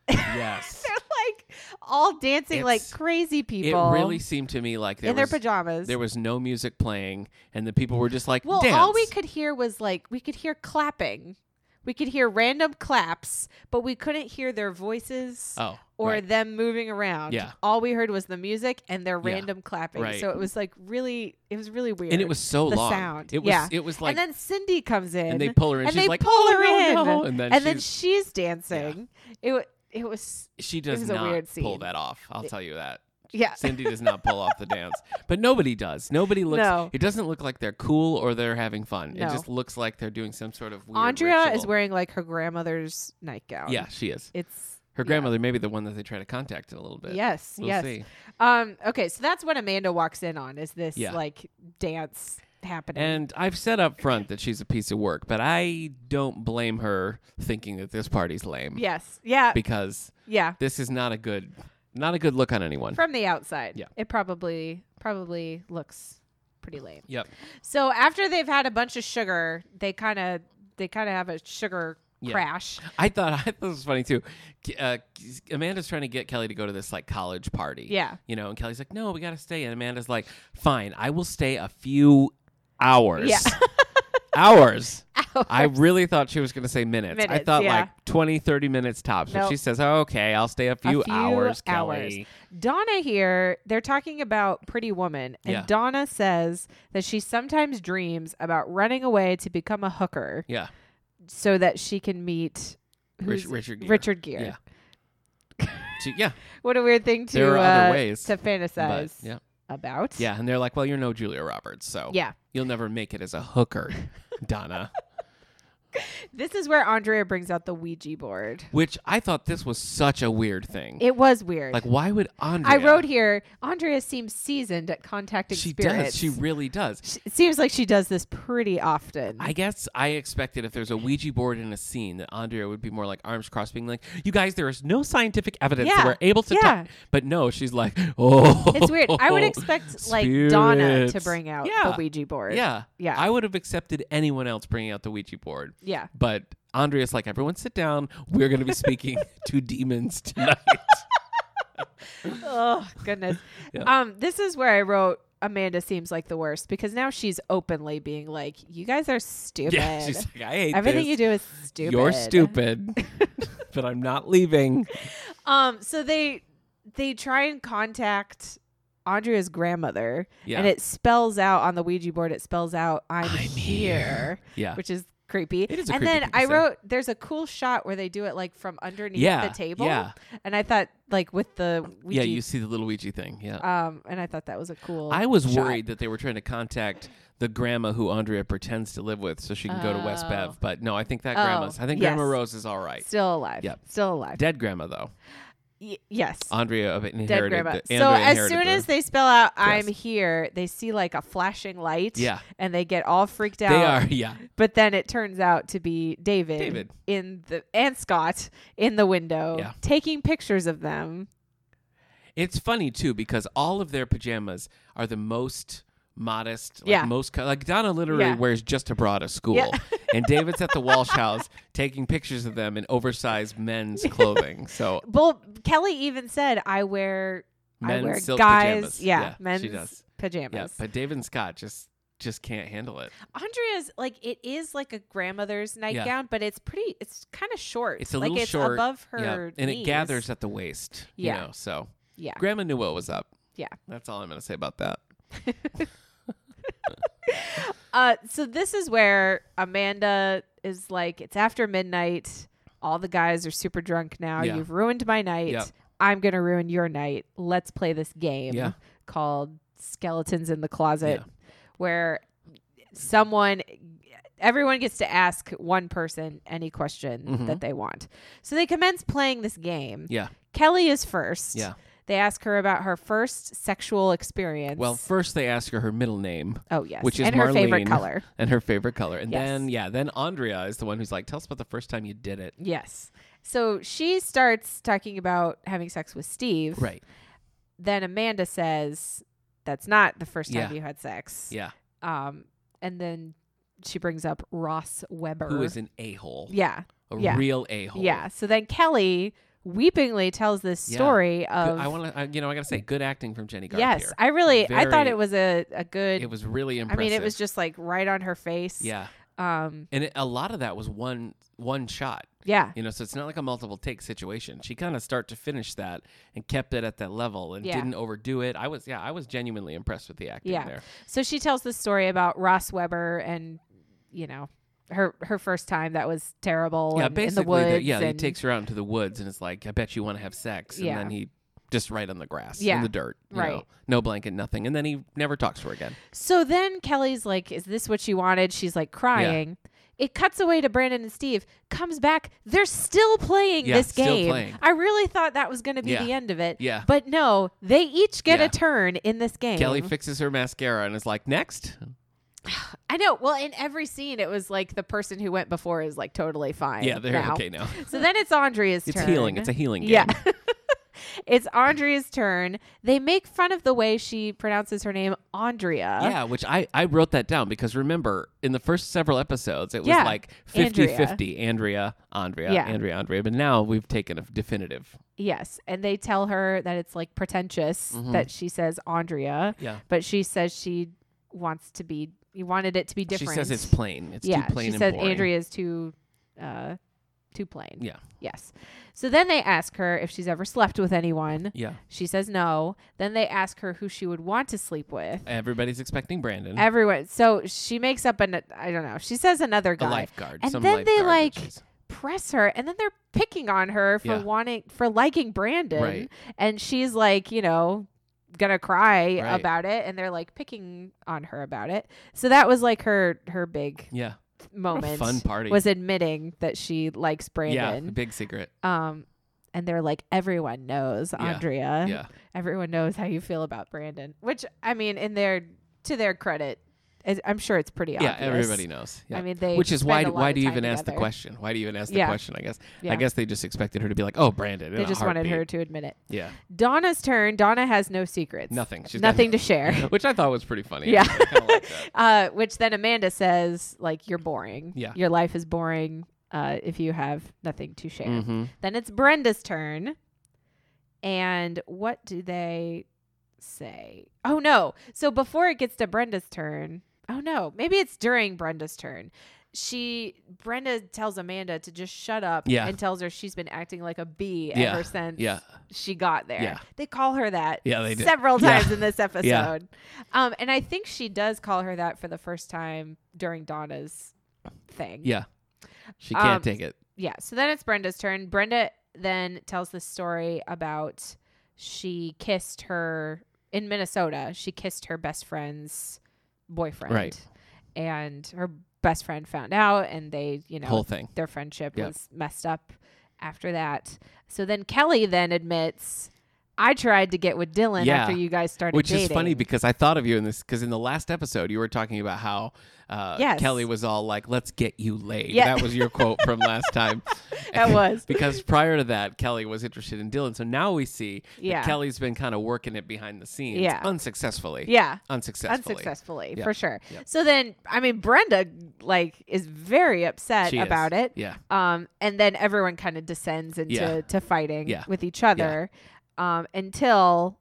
A: yes.
B: <laughs> They're like all dancing like
A: It's-
B: crazy
A: It
B: people.
A: really seemed to me like there
B: in
A: was
B: their pajamas.
A: there was no music playing, and the people were just like,
B: well,
A: dance.
B: all we could hear was like we could hear clapping. We could hear random claps, but we couldn't hear their voices
A: Oh,
B: or
A: right.
B: them moving around.
A: Yeah.
B: All we heard was the music and their random clapping.
A: Right.
B: So it was like really it was really weird.
A: and it was so
B: the
A: long.
B: sound.
A: It was
B: Yeah.
A: it was like
B: and then Cindy comes in. <laughs>
A: and they pull her in.
B: and
A: she's
B: they
A: like,
B: pull
A: "Oh,
B: her
A: no,
B: in,
A: no," And then,
B: and then
A: she's-
B: she's dancing. It wa- it was
A: she does
B: was a
A: not
B: weird
A: pull
B: scene.
A: that off. I'll tell you that.
B: yeah.
A: Cindy does not pull off the dance, but nobody does. Nobody looks.
B: No.
A: It doesn't look like they're cool or they're having fun.
B: No.
A: It just looks like they're doing some sort of weird.
B: Andrea is
A: ritual.
B: wearing like her grandmother's nightgown.
A: Yeah, she is.
B: It's
A: Her
B: yeah.
A: grandmother may be the one that they try to contact a little bit.
B: Yes,
A: We'll
B: yes.
A: see.
B: Um okay, so that's what Amanda walks in on is this
A: Yeah.
B: like dance happening.
A: And I've said up front that she's a piece of work, but I don't blame her thinking that this party's lame.
B: yes. Yeah.
A: Because
B: yeah.
A: this is not a good not a good look on anyone.
B: From the outside.
A: Yeah.
B: It probably probably looks pretty lame.
A: yep.
B: So after they've had a bunch of sugar, they kind of they kind of have a sugar
A: Yeah.
B: crash.
A: I thought <laughs> I thought this was funny too. K- Uh, Amanda's trying to get Kelly to go to this like college party.
B: Yeah.
A: You know, and Kelly's like, "No, we got to stay." And Amanda's like, "Fine, I will stay a few hours."
B: Yeah.
A: <laughs> hours. I really thought she was going to say minutes. I
B: Minutes,
A: thought
B: yeah.
A: like 20, 30 minutes tops. But
B: Nope.
A: she says, "Okay, I'll stay a few, hours, Kelly."
B: Donna here, they're talking about Pretty Woman, and
A: Yeah.
B: Donna says that she sometimes dreams about running away to become a hooker
A: Yeah.
B: so that she can meet
A: Rich,
B: who's
A: Richard Gere.
B: Richard Gere.
A: Yeah. She- yeah.
B: What a weird thing to
A: There are other
B: uh,
A: ways,
B: to fantasize
A: But, yeah.
B: about.
A: Yeah, and they're like, "Well, you're no Julia Roberts, so
B: Yeah.
A: you'll never make it as a
B: <laughs>
A: hooker, Donna."
B: This is where Andrea brings out the Ouija board.
A: Which I thought this was such a weird thing.
B: It was weird.
A: Like, why would Andrea?
B: I wrote here, Andrea seems seasoned at contacting
A: She
B: spirits.
A: does. She really does.
B: She- it seems like she does this pretty often.
A: I guess I expected if there's a Ouija board in a scene that Andrea would be more like arms crossed, being like, "You guys, there is no scientific evidence
B: Yeah,
A: that we're able to
B: yeah.
A: talk." But no, she's like, "Oh,
B: it's weird.
A: <laughs>
B: I would expect like Donna to
A: spirits."
B: bring out
A: Yeah.
B: the Ouija board.
A: Yeah,
B: Yeah.
A: I would have accepted anyone else bringing out the Ouija board,
B: Yeah.
A: <laughs> but Andrea's like, "Everyone, sit down. We're going to be
B: <laughs>
A: speaking to demons tonight." <laughs>
B: Oh goodness.
A: Yeah.
B: Um, this is where I wrote Amanda seems like the worst because now she's openly being like, You guys are stupid.
A: yeah, she's like, "I hate
B: Everything
A: this.
B: you do is stupid.
A: You're stupid,
B: <laughs>
A: but I'm not leaving."
B: Um, so they they try and contact Andrea's grandmother,
A: Yeah.
B: and it spells out on the Ouija board. It spells out "I'm, here,"
A: Yeah.
B: which is creepy.
A: It is a
B: and
A: creepy
B: then
A: thing to
B: I
A: say.
B: wrote, "There's a cool shot where they do it like from underneath
A: Yeah,
B: the table."
A: yeah.
B: and I thought like with the Ouija,
A: yeah, you see the little Ouija thing. Yeah.
B: um, and I thought that was a cool.
A: I was
B: shot.
A: worried that they were trying to contact the grandma who Andrea pretends to live with so she can go to West
B: Oh.
A: Bev. But no, I think that
B: Oh,
A: grandma's. I think Grandma
B: yes.
A: Rose is all right.
B: Still alive.
A: Yep.
B: Still alive.
A: Dead grandma though.
B: Y- yes.
A: Andrea of- inherited.
B: Dead grandma.
A: The,
B: so
A: Andrea
B: as
A: inherited
B: soon
A: the-
B: as they spell out "I'm
A: Yes.
B: here," they see like a flashing light.
A: Yeah.
B: and they get all freaked out.
A: they are, yeah,
B: But then it turns out to be David,
A: David.
B: in the and Scott in the window
A: Yeah.
B: taking pictures of them.
A: it's funny too because all of their pajamas are the most modest, like
B: Yeah.
A: most co- like Donna literally
B: Yeah.
A: wears just a bra to school,
B: Yeah.
A: and David's at the Walsh
B: <laughs>
A: house taking pictures of them in oversized men's clothing. So
B: Well, Kelly even said, "I wear I
A: Men's
B: wear
A: silk
B: guys,
A: pajamas."
B: yeah,
A: Yeah, she
B: men's
A: does.
B: pajamas."
A: yeah, but David and Scott just just can't handle it.
B: Andrea's like it is like a grandmother's nightgown, but it's pretty. It's kind of short.
A: It's a
B: like
A: little
B: it's
A: short,
B: above her,
A: yeah, and it
B: knees.
A: gathers at the waist.
B: Yeah.
A: you know, so
B: Yeah,
A: Grandma knew what was up.
B: yeah.
A: That's all I'm gonna say about that.
B: Uh, so this is where Amanda is like, it's after midnight. All the guys are super drunk now.
A: Yeah.
B: You've ruined my night.
A: Yep.
B: I'm gonna ruin your night. Let's play this game
A: Yeah.
B: called Skeletons in the Closet,
A: Yeah.
B: where someone everyone gets to ask one person any question that they want. So they commence playing this game.
A: Mm-hmm. Yeah.
B: Kelly is first.
A: Yeah.
B: They ask her about her first sexual experience.
A: Well, first they ask her her middle name.
B: Oh, yes.
A: Which is
B: And her favorite
A: Marlene,
B: color.
A: <laughs> And her favorite color. And
B: Yes.
A: then yeah, then Andrea is the one who's like, Tell us about the first time you did it.
B: yes. So she starts talking about having sex with Steve.
A: Right.
B: Then Amanda says, "That's not the first time
A: Yeah.
B: you had sex."
A: Yeah.
B: Um, and then she brings up Ross Weber.
A: Who is an a hole.
B: yeah,
A: A
B: yeah.
A: real a hole.
B: yeah. So then Kelly weepingly tells this
A: Yeah.
B: story of.
A: I want to, you know, I got to say, good acting from Jenny Garth
B: yes,
A: here.
B: I really, I thought
A: Very-
B: it was a a good.
A: it was really
B: I
A: impressive.
B: mean, it was just like right on her face.
A: yeah,
B: Um.
A: and it, a lot of that was one one shot.
B: Yeah.
A: You know, so it's not like a multiple take situation. She kind of start to finish that and kept it at that level and
B: Yeah.
A: didn't overdo it. I was, yeah, I was genuinely impressed with the acting
B: Yeah.
A: there.
B: So she tells this story about Ross Weber and, you know, her her first time that was terrible.
A: yeah,
B: and in the
A: basically,
B: woods.
A: the- yeah, he
B: and,
A: takes her out into the woods and it's like, I bet you want to have sex, and
B: Yeah.
A: then he just right on the grass
B: Yeah.
A: in the dirt, you
B: Right.
A: know, no blanket, nothing, and then he never talks to her again.
B: So then Kelly's like, "Is this what you wanted?" She's like crying. It cuts away to Brandon and Steve. Comes back. They're still playing
A: Yeah,
B: this
A: still
B: game.
A: playing.
B: I really thought that was going to be
A: Yeah.
B: the end of it.
A: Yeah.
B: But no, they each get
A: Yeah.
B: a turn in this game.
A: Kelly fixes her mascara and is like, next,
B: I know. Well, in every scene, it was like the person who went before is like totally fine.
A: yeah, they're
B: now.
A: okay now.
B: So then it's Andrea's
A: It's
B: turn.
A: healing. It's a healing game.
B: Yeah. <laughs> it's Andrea's turn. They make fun of the way she pronounces her name, Andrea.
A: Yeah, which I, I wrote that down because remember, in the first several episodes, it was
B: Yeah.
A: like
B: Andrea.
A: 50 50, Andrea, Andrea,
B: Yeah.
A: Andrea, Andrea. But now we've taken a definitive.
B: Yes. And they tell her that it's like pretentious
A: Mm-hmm.
B: that she says Andrea,
A: Yeah.
B: but she says she wants to be, you wanted it to be different.
A: She says it's plain. It's
B: yeah.
A: too plain
B: she
A: and
B: said
A: boring.
B: Andrea is too, uh, too plain.
A: Yeah.
B: Yes. So then they ask her if she's ever slept with anyone.
A: Yeah.
B: She says no. Then they ask her who she would want to sleep with.
A: Everybody's expecting Brandon.
B: Everyone. So she makes up an I don't know. She says another
A: a
B: guy.
A: lifeguard.
B: And
A: some
B: then they
A: lifeguard
B: like
A: that she's-
B: press her and then they're picking on her for
A: Yeah.
B: wanting for liking Brandon.
A: Right.
B: And she's like, you know, gonna cry
A: Right.
B: about it and they're like picking on her about it. So that was like her her big
A: Yeah. What a
B: moment.
A: fun party.
B: Was admitting that she likes
A: yeah.
B: Brandon.
A: Big secret.
B: Um and they're like everyone knows Andrea.
A: Yeah.
B: Everyone knows how you feel about Brandon, which I mean in their to their credit, is- I'm sure it's pretty
A: Yeah.
B: obvious.
A: Everybody knows. Yeah.
B: I mean, they
A: Which is
B: spend
A: why
B: a
A: do-
B: lot
A: why
B: of
A: do you
B: time
A: even ask the
B: together.
A: question? Why do you even ask
B: Yeah.
A: the question? I guess
B: Yeah.
A: I guess they just expected her to be like, oh, Brandon. in
B: They
A: a
B: just wanted her
A: heartbeat.
B: to admit it.
A: Yeah.
B: Donna's turn. Donna has no secrets.
A: Nothing. She's got <laughs>
B: Nothing to share.
A: which I thought was pretty funny.
B: Yeah.
A: actually. I kinda like that.
B: Uh, which then Amanda says, like, you're boring.
A: Yeah.
B: Your life is boring uh, if you have nothing to share.
A: Mm-hmm.
B: Then it's Brenda's turn. And what do they say? Oh, no. So before it gets to Brenda's turn, oh, no. Maybe it's during Brenda's turn. She, Brenda tells Amanda to just shut up
A: Yeah.
B: and tells her she's been acting like a bee
A: Yeah.
B: ever since
A: Yeah.
B: she got there.
A: Yeah.
B: They call her that
A: Yeah, they do.
B: several
A: <laughs> Yeah.
B: times in this episode. Um, and I think she does call her that for the first time during Donna's thing.
A: Yeah. She can't
B: Um,
A: take it.
B: Yeah. So then it's Brenda's turn. Brenda then tells the story about she kissed her in Minnesota. She kissed her best friend's boyfriend.
A: Right.
B: And her best friend found out and they, you know,
A: Whole thing.
B: their friendship
A: Yeah.
B: was messed up after that. So then Kelly then admits, I tried to get with Dylan
A: Yeah.
B: after you guys started
A: Which is
B: dating."
A: funny because I thought of you in this because in the last episode you were talking about how uh,
B: Yes.
A: Kelly was all like, "Let's get you laid."
B: Yeah.
A: That was your quote from last time.
B: <laughs> That was.
A: <laughs> because prior to that, Kelly was interested in Dylan. So now we see
B: Yeah.
A: that Kelly's been kind of working it behind the scenes,
B: Yeah.
A: unsuccessfully.
B: Yeah.
A: unsuccessfully.
B: Unsuccessfully,
A: Yeah.
B: for sure.
A: Yeah.
B: So then, I mean, Brenda like is very upset
A: She is.
B: about it.
A: Yeah.
B: Um, and then everyone kind of descends into
A: Yeah.
B: to fighting
A: Yeah.
B: with each other, um, until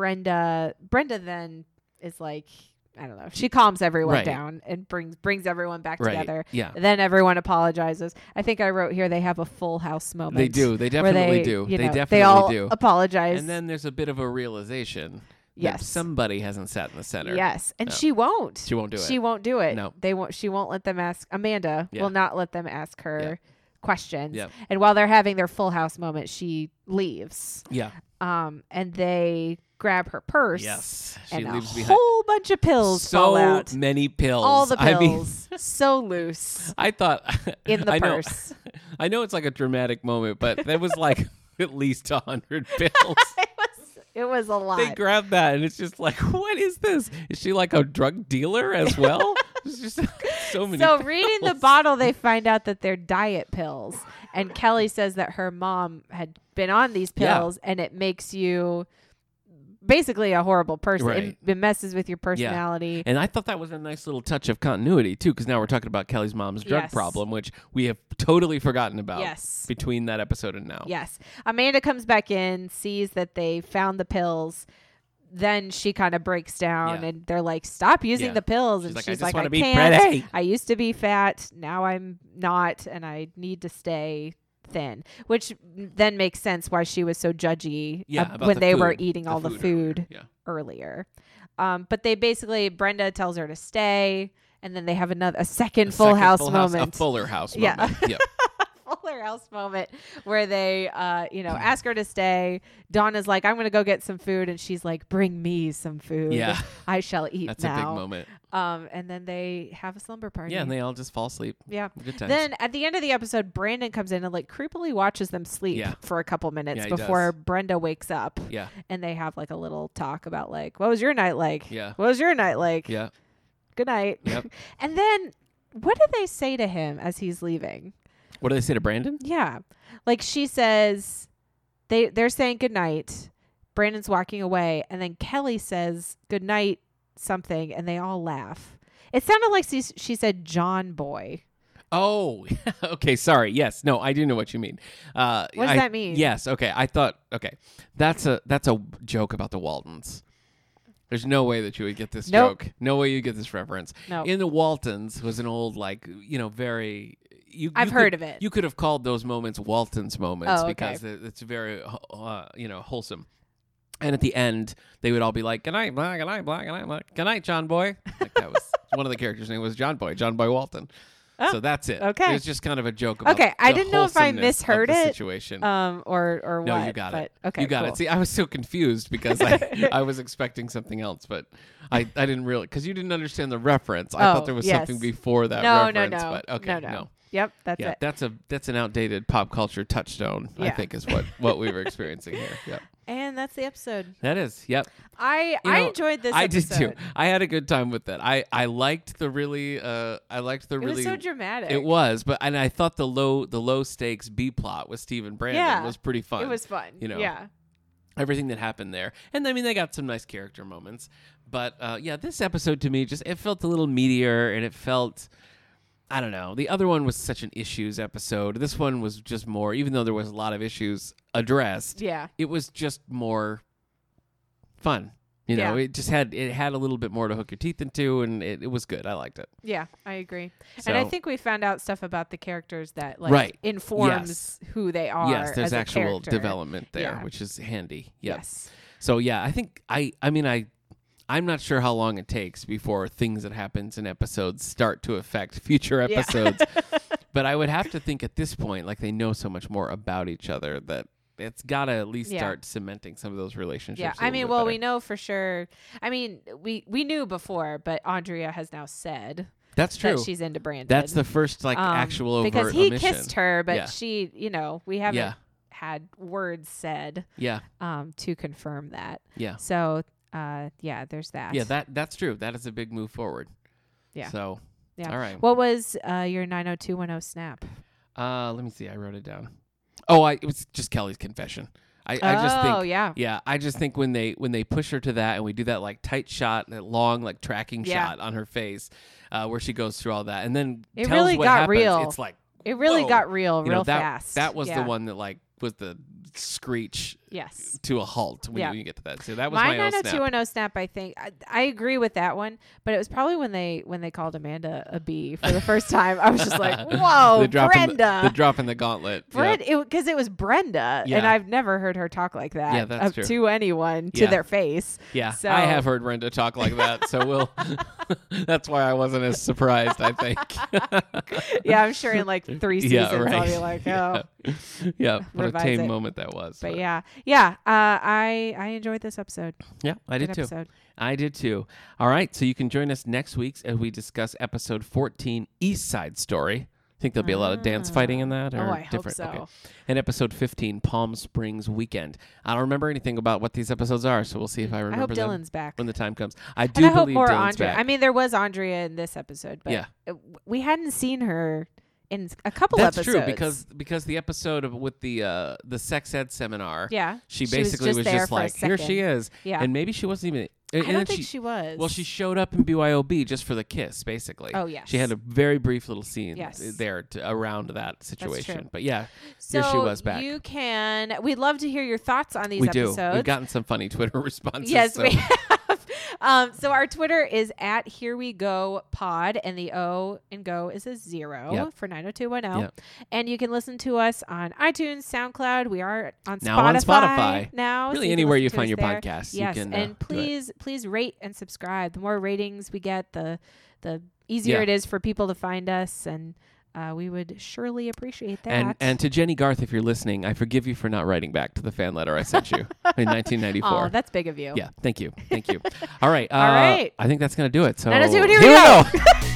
B: Brenda Brenda then is like, I don't know, she calms everyone
A: Right.
B: down and brings brings everyone back
A: Right.
B: together.
A: Yeah.
B: Then everyone apologizes. I think I wrote here they have a full house moment.
A: They do. They
B: where
A: definitely
B: they,
A: do.
B: you
A: They
B: know,
A: definitely
B: they all
A: do.
B: apologize.
A: And then there's a bit of a realization that
B: Yes.
A: somebody hasn't sat in the center.
B: Yes, and
A: No.
B: she won't.
A: She won't do it.
B: She won't do it.
A: No.
B: they won't. She won't let them ask. Amanda
A: Yeah.
B: will not let them ask her questions.
A: Yep.
B: And while they're having their full house moment, she leaves.
A: Yeah.
B: Um, and they grab her purse.
A: Yes.
B: and
A: She leaves
B: a
A: behind
B: whole bunch of pills fall
A: so
B: out.
A: many pills.
B: All the
A: I mean,
B: pills, so loose
A: <laughs> I thought <laughs>
B: in the
A: I know,
B: purse.
A: <laughs> I know it's like a dramatic moment, but that was like <laughs> at least a
B: <laughs>
A: hundred pills.
B: it was it was a lot.
A: they grab that and it's just like, <laughs> what is this? Is she like a drug dealer as
B: <laughs>
A: well? it's just <laughs> so many. <laughs>
B: so
A: pills.
B: reading the bottle, they find out that they're diet pills, and Kelly says that her mom had been on these
A: Yeah.
B: pills, and it makes you basically a horrible person.
A: Right.
B: It, it messes with your personality.
A: and I thought that was a nice little touch of continuity too, because now we're talking about Kelly's mom's drug
B: Yes.
A: problem, which we have totally forgotten about.
B: Yes.
A: Between that episode and now.
B: Yes, Amanda comes back in, sees that they found the pills. Then she kind of breaks down,
A: Yeah.
B: and they're like, "Stop using
A: Yeah.
B: the pills."
A: She's
B: and
A: like, "I
B: she's
A: just
B: like, "I
A: wanna be
B: can't.
A: pretty."
B: I used to be fat. Now I'm not, and I need to stay." thin which then makes sense why she was so judgy
A: Yeah.
B: ab-
A: about
B: when
A: the
B: they were
A: food-
B: eating all the
A: earlier.
B: food
A: Yeah.
B: earlier. Um, but they basically Brenda tells her to stay, and then they have another a second
A: A
B: Full
A: second
B: House
A: full
B: moment,
A: a Fuller House
B: Yeah. <laughs>
A: moment. Yeah.
B: Fuller House moment where they, uh, you know, ask her to stay. Donna's like, "I'm gonna go get some food," and she's like, "Bring me some food.
A: Yeah.
B: <laughs> I shall eat
A: That's
B: now."
A: a big moment.
B: Um, and then they have a slumber party.
A: Yeah, and they all just fall asleep.
B: yeah.
A: Good times.
B: Then at the end of the episode, Brandon comes in and like creepily watches them sleep
A: Yeah.
B: for a couple minutes
A: Yeah, he
B: before
A: does.
B: Brenda wakes up
A: yeah,
B: and they have like a little talk about like what was your night like
A: Yeah.
B: what was your night like
A: yeah.
B: good night
A: Yep.
B: <laughs> and then what do they say to him as he's leaving
A: What do they say to Brandon?
B: yeah like she says they they're saying good night brandon's walking away and then kelly says good night something and they all laugh it sounded like she, she said john boy
A: Oh, <laughs> okay. Sorry. Yes. No, I do know what you mean. Uh,
B: What does
A: I-
B: that mean?
A: Yes. Okay. I thought. Okay, that's a that's a joke about the Waltons. There's no way that you would get this
B: Nope.
A: joke. No way you get this reference.
B: no
A: In the Waltons was an old like you know very. You,
B: I've
A: you
B: heard
A: could-
B: of it.
A: You could have called those moments Waltons moments
B: Oh, okay.
A: because it, it's very uh, you know wholesome. And at the end, they would all be like, "Good night, blah, good night, blah, good night, blah. good night, John Boy." Like that was <laughs> one of the characters' name was John Boy, John Boy Walton. so that's it.
B: Oh, okay.
A: it was just kind of a joke. About
B: Okay, I
A: the
B: didn't know if I
A: wholesomeness of
B: misheard
A: the
B: it.
A: Situation.
B: um or or
A: no,
B: what
A: you got it.
B: but- okay
A: you got
B: cool.
A: it. See, I was so confused because
B: <laughs>
A: I, I was expecting something else, but I, I didn't really because you didn't understand the reference. I
B: Oh,
A: thought there was something
B: yes.
A: before that
B: no no
A: reference.
B: no
A: But okay,
B: no, no yep that's
A: Yeah,
B: it
A: that's a that's an outdated pop culture touchstone. I
B: Yeah.
A: think is what what we were experiencing here.
B: <laughs>
A: Yep,
B: and that's the episode
A: that is. Yep,
B: I
A: You
B: I
A: know,
B: enjoyed this.
A: I
B: episode.
A: did too. <laughs> I had a good time with that. I I liked the really uh I liked the
B: It
A: really
B: was so dramatic.
A: It was, but and I thought the low the low stakes B plot with Steve and Brandon
B: Yeah.
A: was pretty fun.
B: It was fun.
A: you know.
B: yeah.
A: everything that happened there, and I mean they got some nice character moments. But uh, yeah, this episode to me just it felt a little meatier, and it felt I don't know. The other one was such an issues episode. This one was just more, even though there was a lot of issues addressed.
B: Yeah.
A: It was just more fun. You know,
B: Yeah.
A: it just had it had a little bit more to hook your teeth into, and it, it was good. I liked it.
B: Yeah. I agree. and I
A: So-
B: think we found out stuff about the characters that like
A: Right.
B: informs who they are.
A: yes, there's
B: as a
A: actual
B: character.
A: development there,
B: Yeah.
A: which is handy. Yep.
B: Yes.
A: So yeah, I think I I mean I I'm not sure how long it takes before things that happens in episodes start to affect <laughs> future
B: Yeah. <laughs>
A: episodes. but I would have to think at this point like they know so much more about each other that it's got to at least
B: Yeah.
A: start cementing some of those relationships.
B: Yeah.
A: a
B: I
A: little
B: mean,
A: bit
B: well,
A: better.
B: we know for sure. I mean, we we knew before, but Andrea has now said
A: That's true.
B: that she's into Brandon.
A: That's the first like
B: Um,
A: actual overt
B: because he
A: omission.
B: kissed her, but
A: Yeah.
B: she, you know, we haven't
A: Yeah.
B: had words said
A: Yeah.
B: um, to confirm that.
A: Yeah.
B: So, uh, yeah, there's that.
A: Oh. Yeah, that that's true. That is a big move forward.
B: Yeah.
A: So,
B: Yeah.
A: all right.
B: What was uh, your 90210 snap?
A: Uh, let me see. I wrote it down. Oh, I it was just Kelly's confession. I, I just think
B: oh, yeah.
A: Yeah, I just think when they when they push her to that and we do that like tight shot, that long like tracking
B: Yeah.
A: shot on her face, uh, where she goes through all that and then
B: It
A: tells
B: really
A: what
B: got
A: happens,
B: real.
A: It's like
B: It really
A: Whoa.
B: got real
A: you
B: real
A: know that
B: fast.
A: that was
B: Yeah.
A: the one that like was the screech
B: Yes.
A: to a halt when,
B: Yeah.
A: you, when you get to that. So that was
B: my
A: my, own snap.
B: 90210 snap. I think I, I agree with that one, but it was probably when they when they called Amanda a bee for the first time. I was just like,
A: <laughs>
B: "Whoa,
A: the drop in the-
B: Brenda!"
A: the, drop in the gauntlet. Yep.
B: Brit, because it, was Brenda, and
A: Yeah.
B: I've never heard her talk like that
A: Yeah, that's
B: up
A: true.
B: to anyone to
A: Yeah.
B: their face.
A: Yeah,
B: So-
A: I have heard Brenda talk like that, so we'll. <laughs> that's why I wasn't as surprised. I think. <laughs>
B: Yeah, I'm sure in like three seasons
A: Yeah,
B: I'll
A: right. <laughs>
B: be like, "Oh."
A: Yeah. yeah, what a
B: Revise
A: tame
B: it.
A: moment that was.
B: But yeah, yeah, uh, I I enjoyed this episode.
A: yeah, I did
B: Good
A: too.
B: episode.
A: I did too. All right, so you can join us next week as we discuss episode 14, East Side Story. I think there'll be a lot of dance fighting in that.
B: Oh,
A: Or
B: I hope
A: different.
B: so.
A: And episode 15, Palm Springs Weekend. I don't remember anything about what these episodes are, so we'll see if I
B: I
A: remember
B: hope
A: them
B: Dylan's back.
A: when the time comes. I do
B: and I hope
A: believe
B: more
A: Dylan's
B: Andrea.
A: back.
B: I mean, there was Andrea in this episode, but
A: Yeah.
B: uh, we hadn't seen her in s- a couple
A: That's
B: episodes.
A: true because because the episode of, with the uh, the sex ed seminar,
B: yeah,
A: she
B: She was
A: basically
B: just
A: was
B: there
A: just,
B: for a
A: like, here she
B: second."
A: is,
B: Yeah.
A: and maybe she wasn't even.
B: I
A: And,
B: don't
A: and then
B: think she,
A: she,
B: was.
A: Well, she showed up in BYOB just for the kiss, basically.
B: Oh, yes.
A: She had a very brief little scene
B: Yes.
A: there to, around that
B: true.
A: situation. But yeah,
B: so
A: here she was back.
B: You can. We'd love to hear your thoughts on these
A: we do.
B: episodes.
A: We've gotten some funny <laughs> Twitter responses.
B: yes,
A: so-
B: we have. <laughs> Um, so our Twitter is at Here We Go Pod, and the O and Go is a zero
A: Yep.
B: for nine hundred two one zero.
A: Yep.
B: And you can listen to us on iTunes, SoundCloud. We are on
A: Now
B: Spotify
A: on Spotify.
B: now. so
A: Really
B: can
A: anywhere
B: listen
A: you
B: to
A: find
B: us
A: your
B: there.
A: podcasts, you
B: Yes,
A: can, uh,
B: and
A: do it.
B: please, please rate and subscribe. The more ratings we get, the the easier
A: Yeah.
B: it is for people to find us, and uh, we would surely appreciate that.
A: and and to Jenny Garth, if you're listening, I forgive you for not writing back to the fan letter I sent
B: <laughs>
A: you in 1994.
B: oh, that's big of you.
A: yeah, thank you, thank you. All right, uh,
B: All right.
A: I think that's gonna do it. So
B: Now let's do it. Here we
A: we go.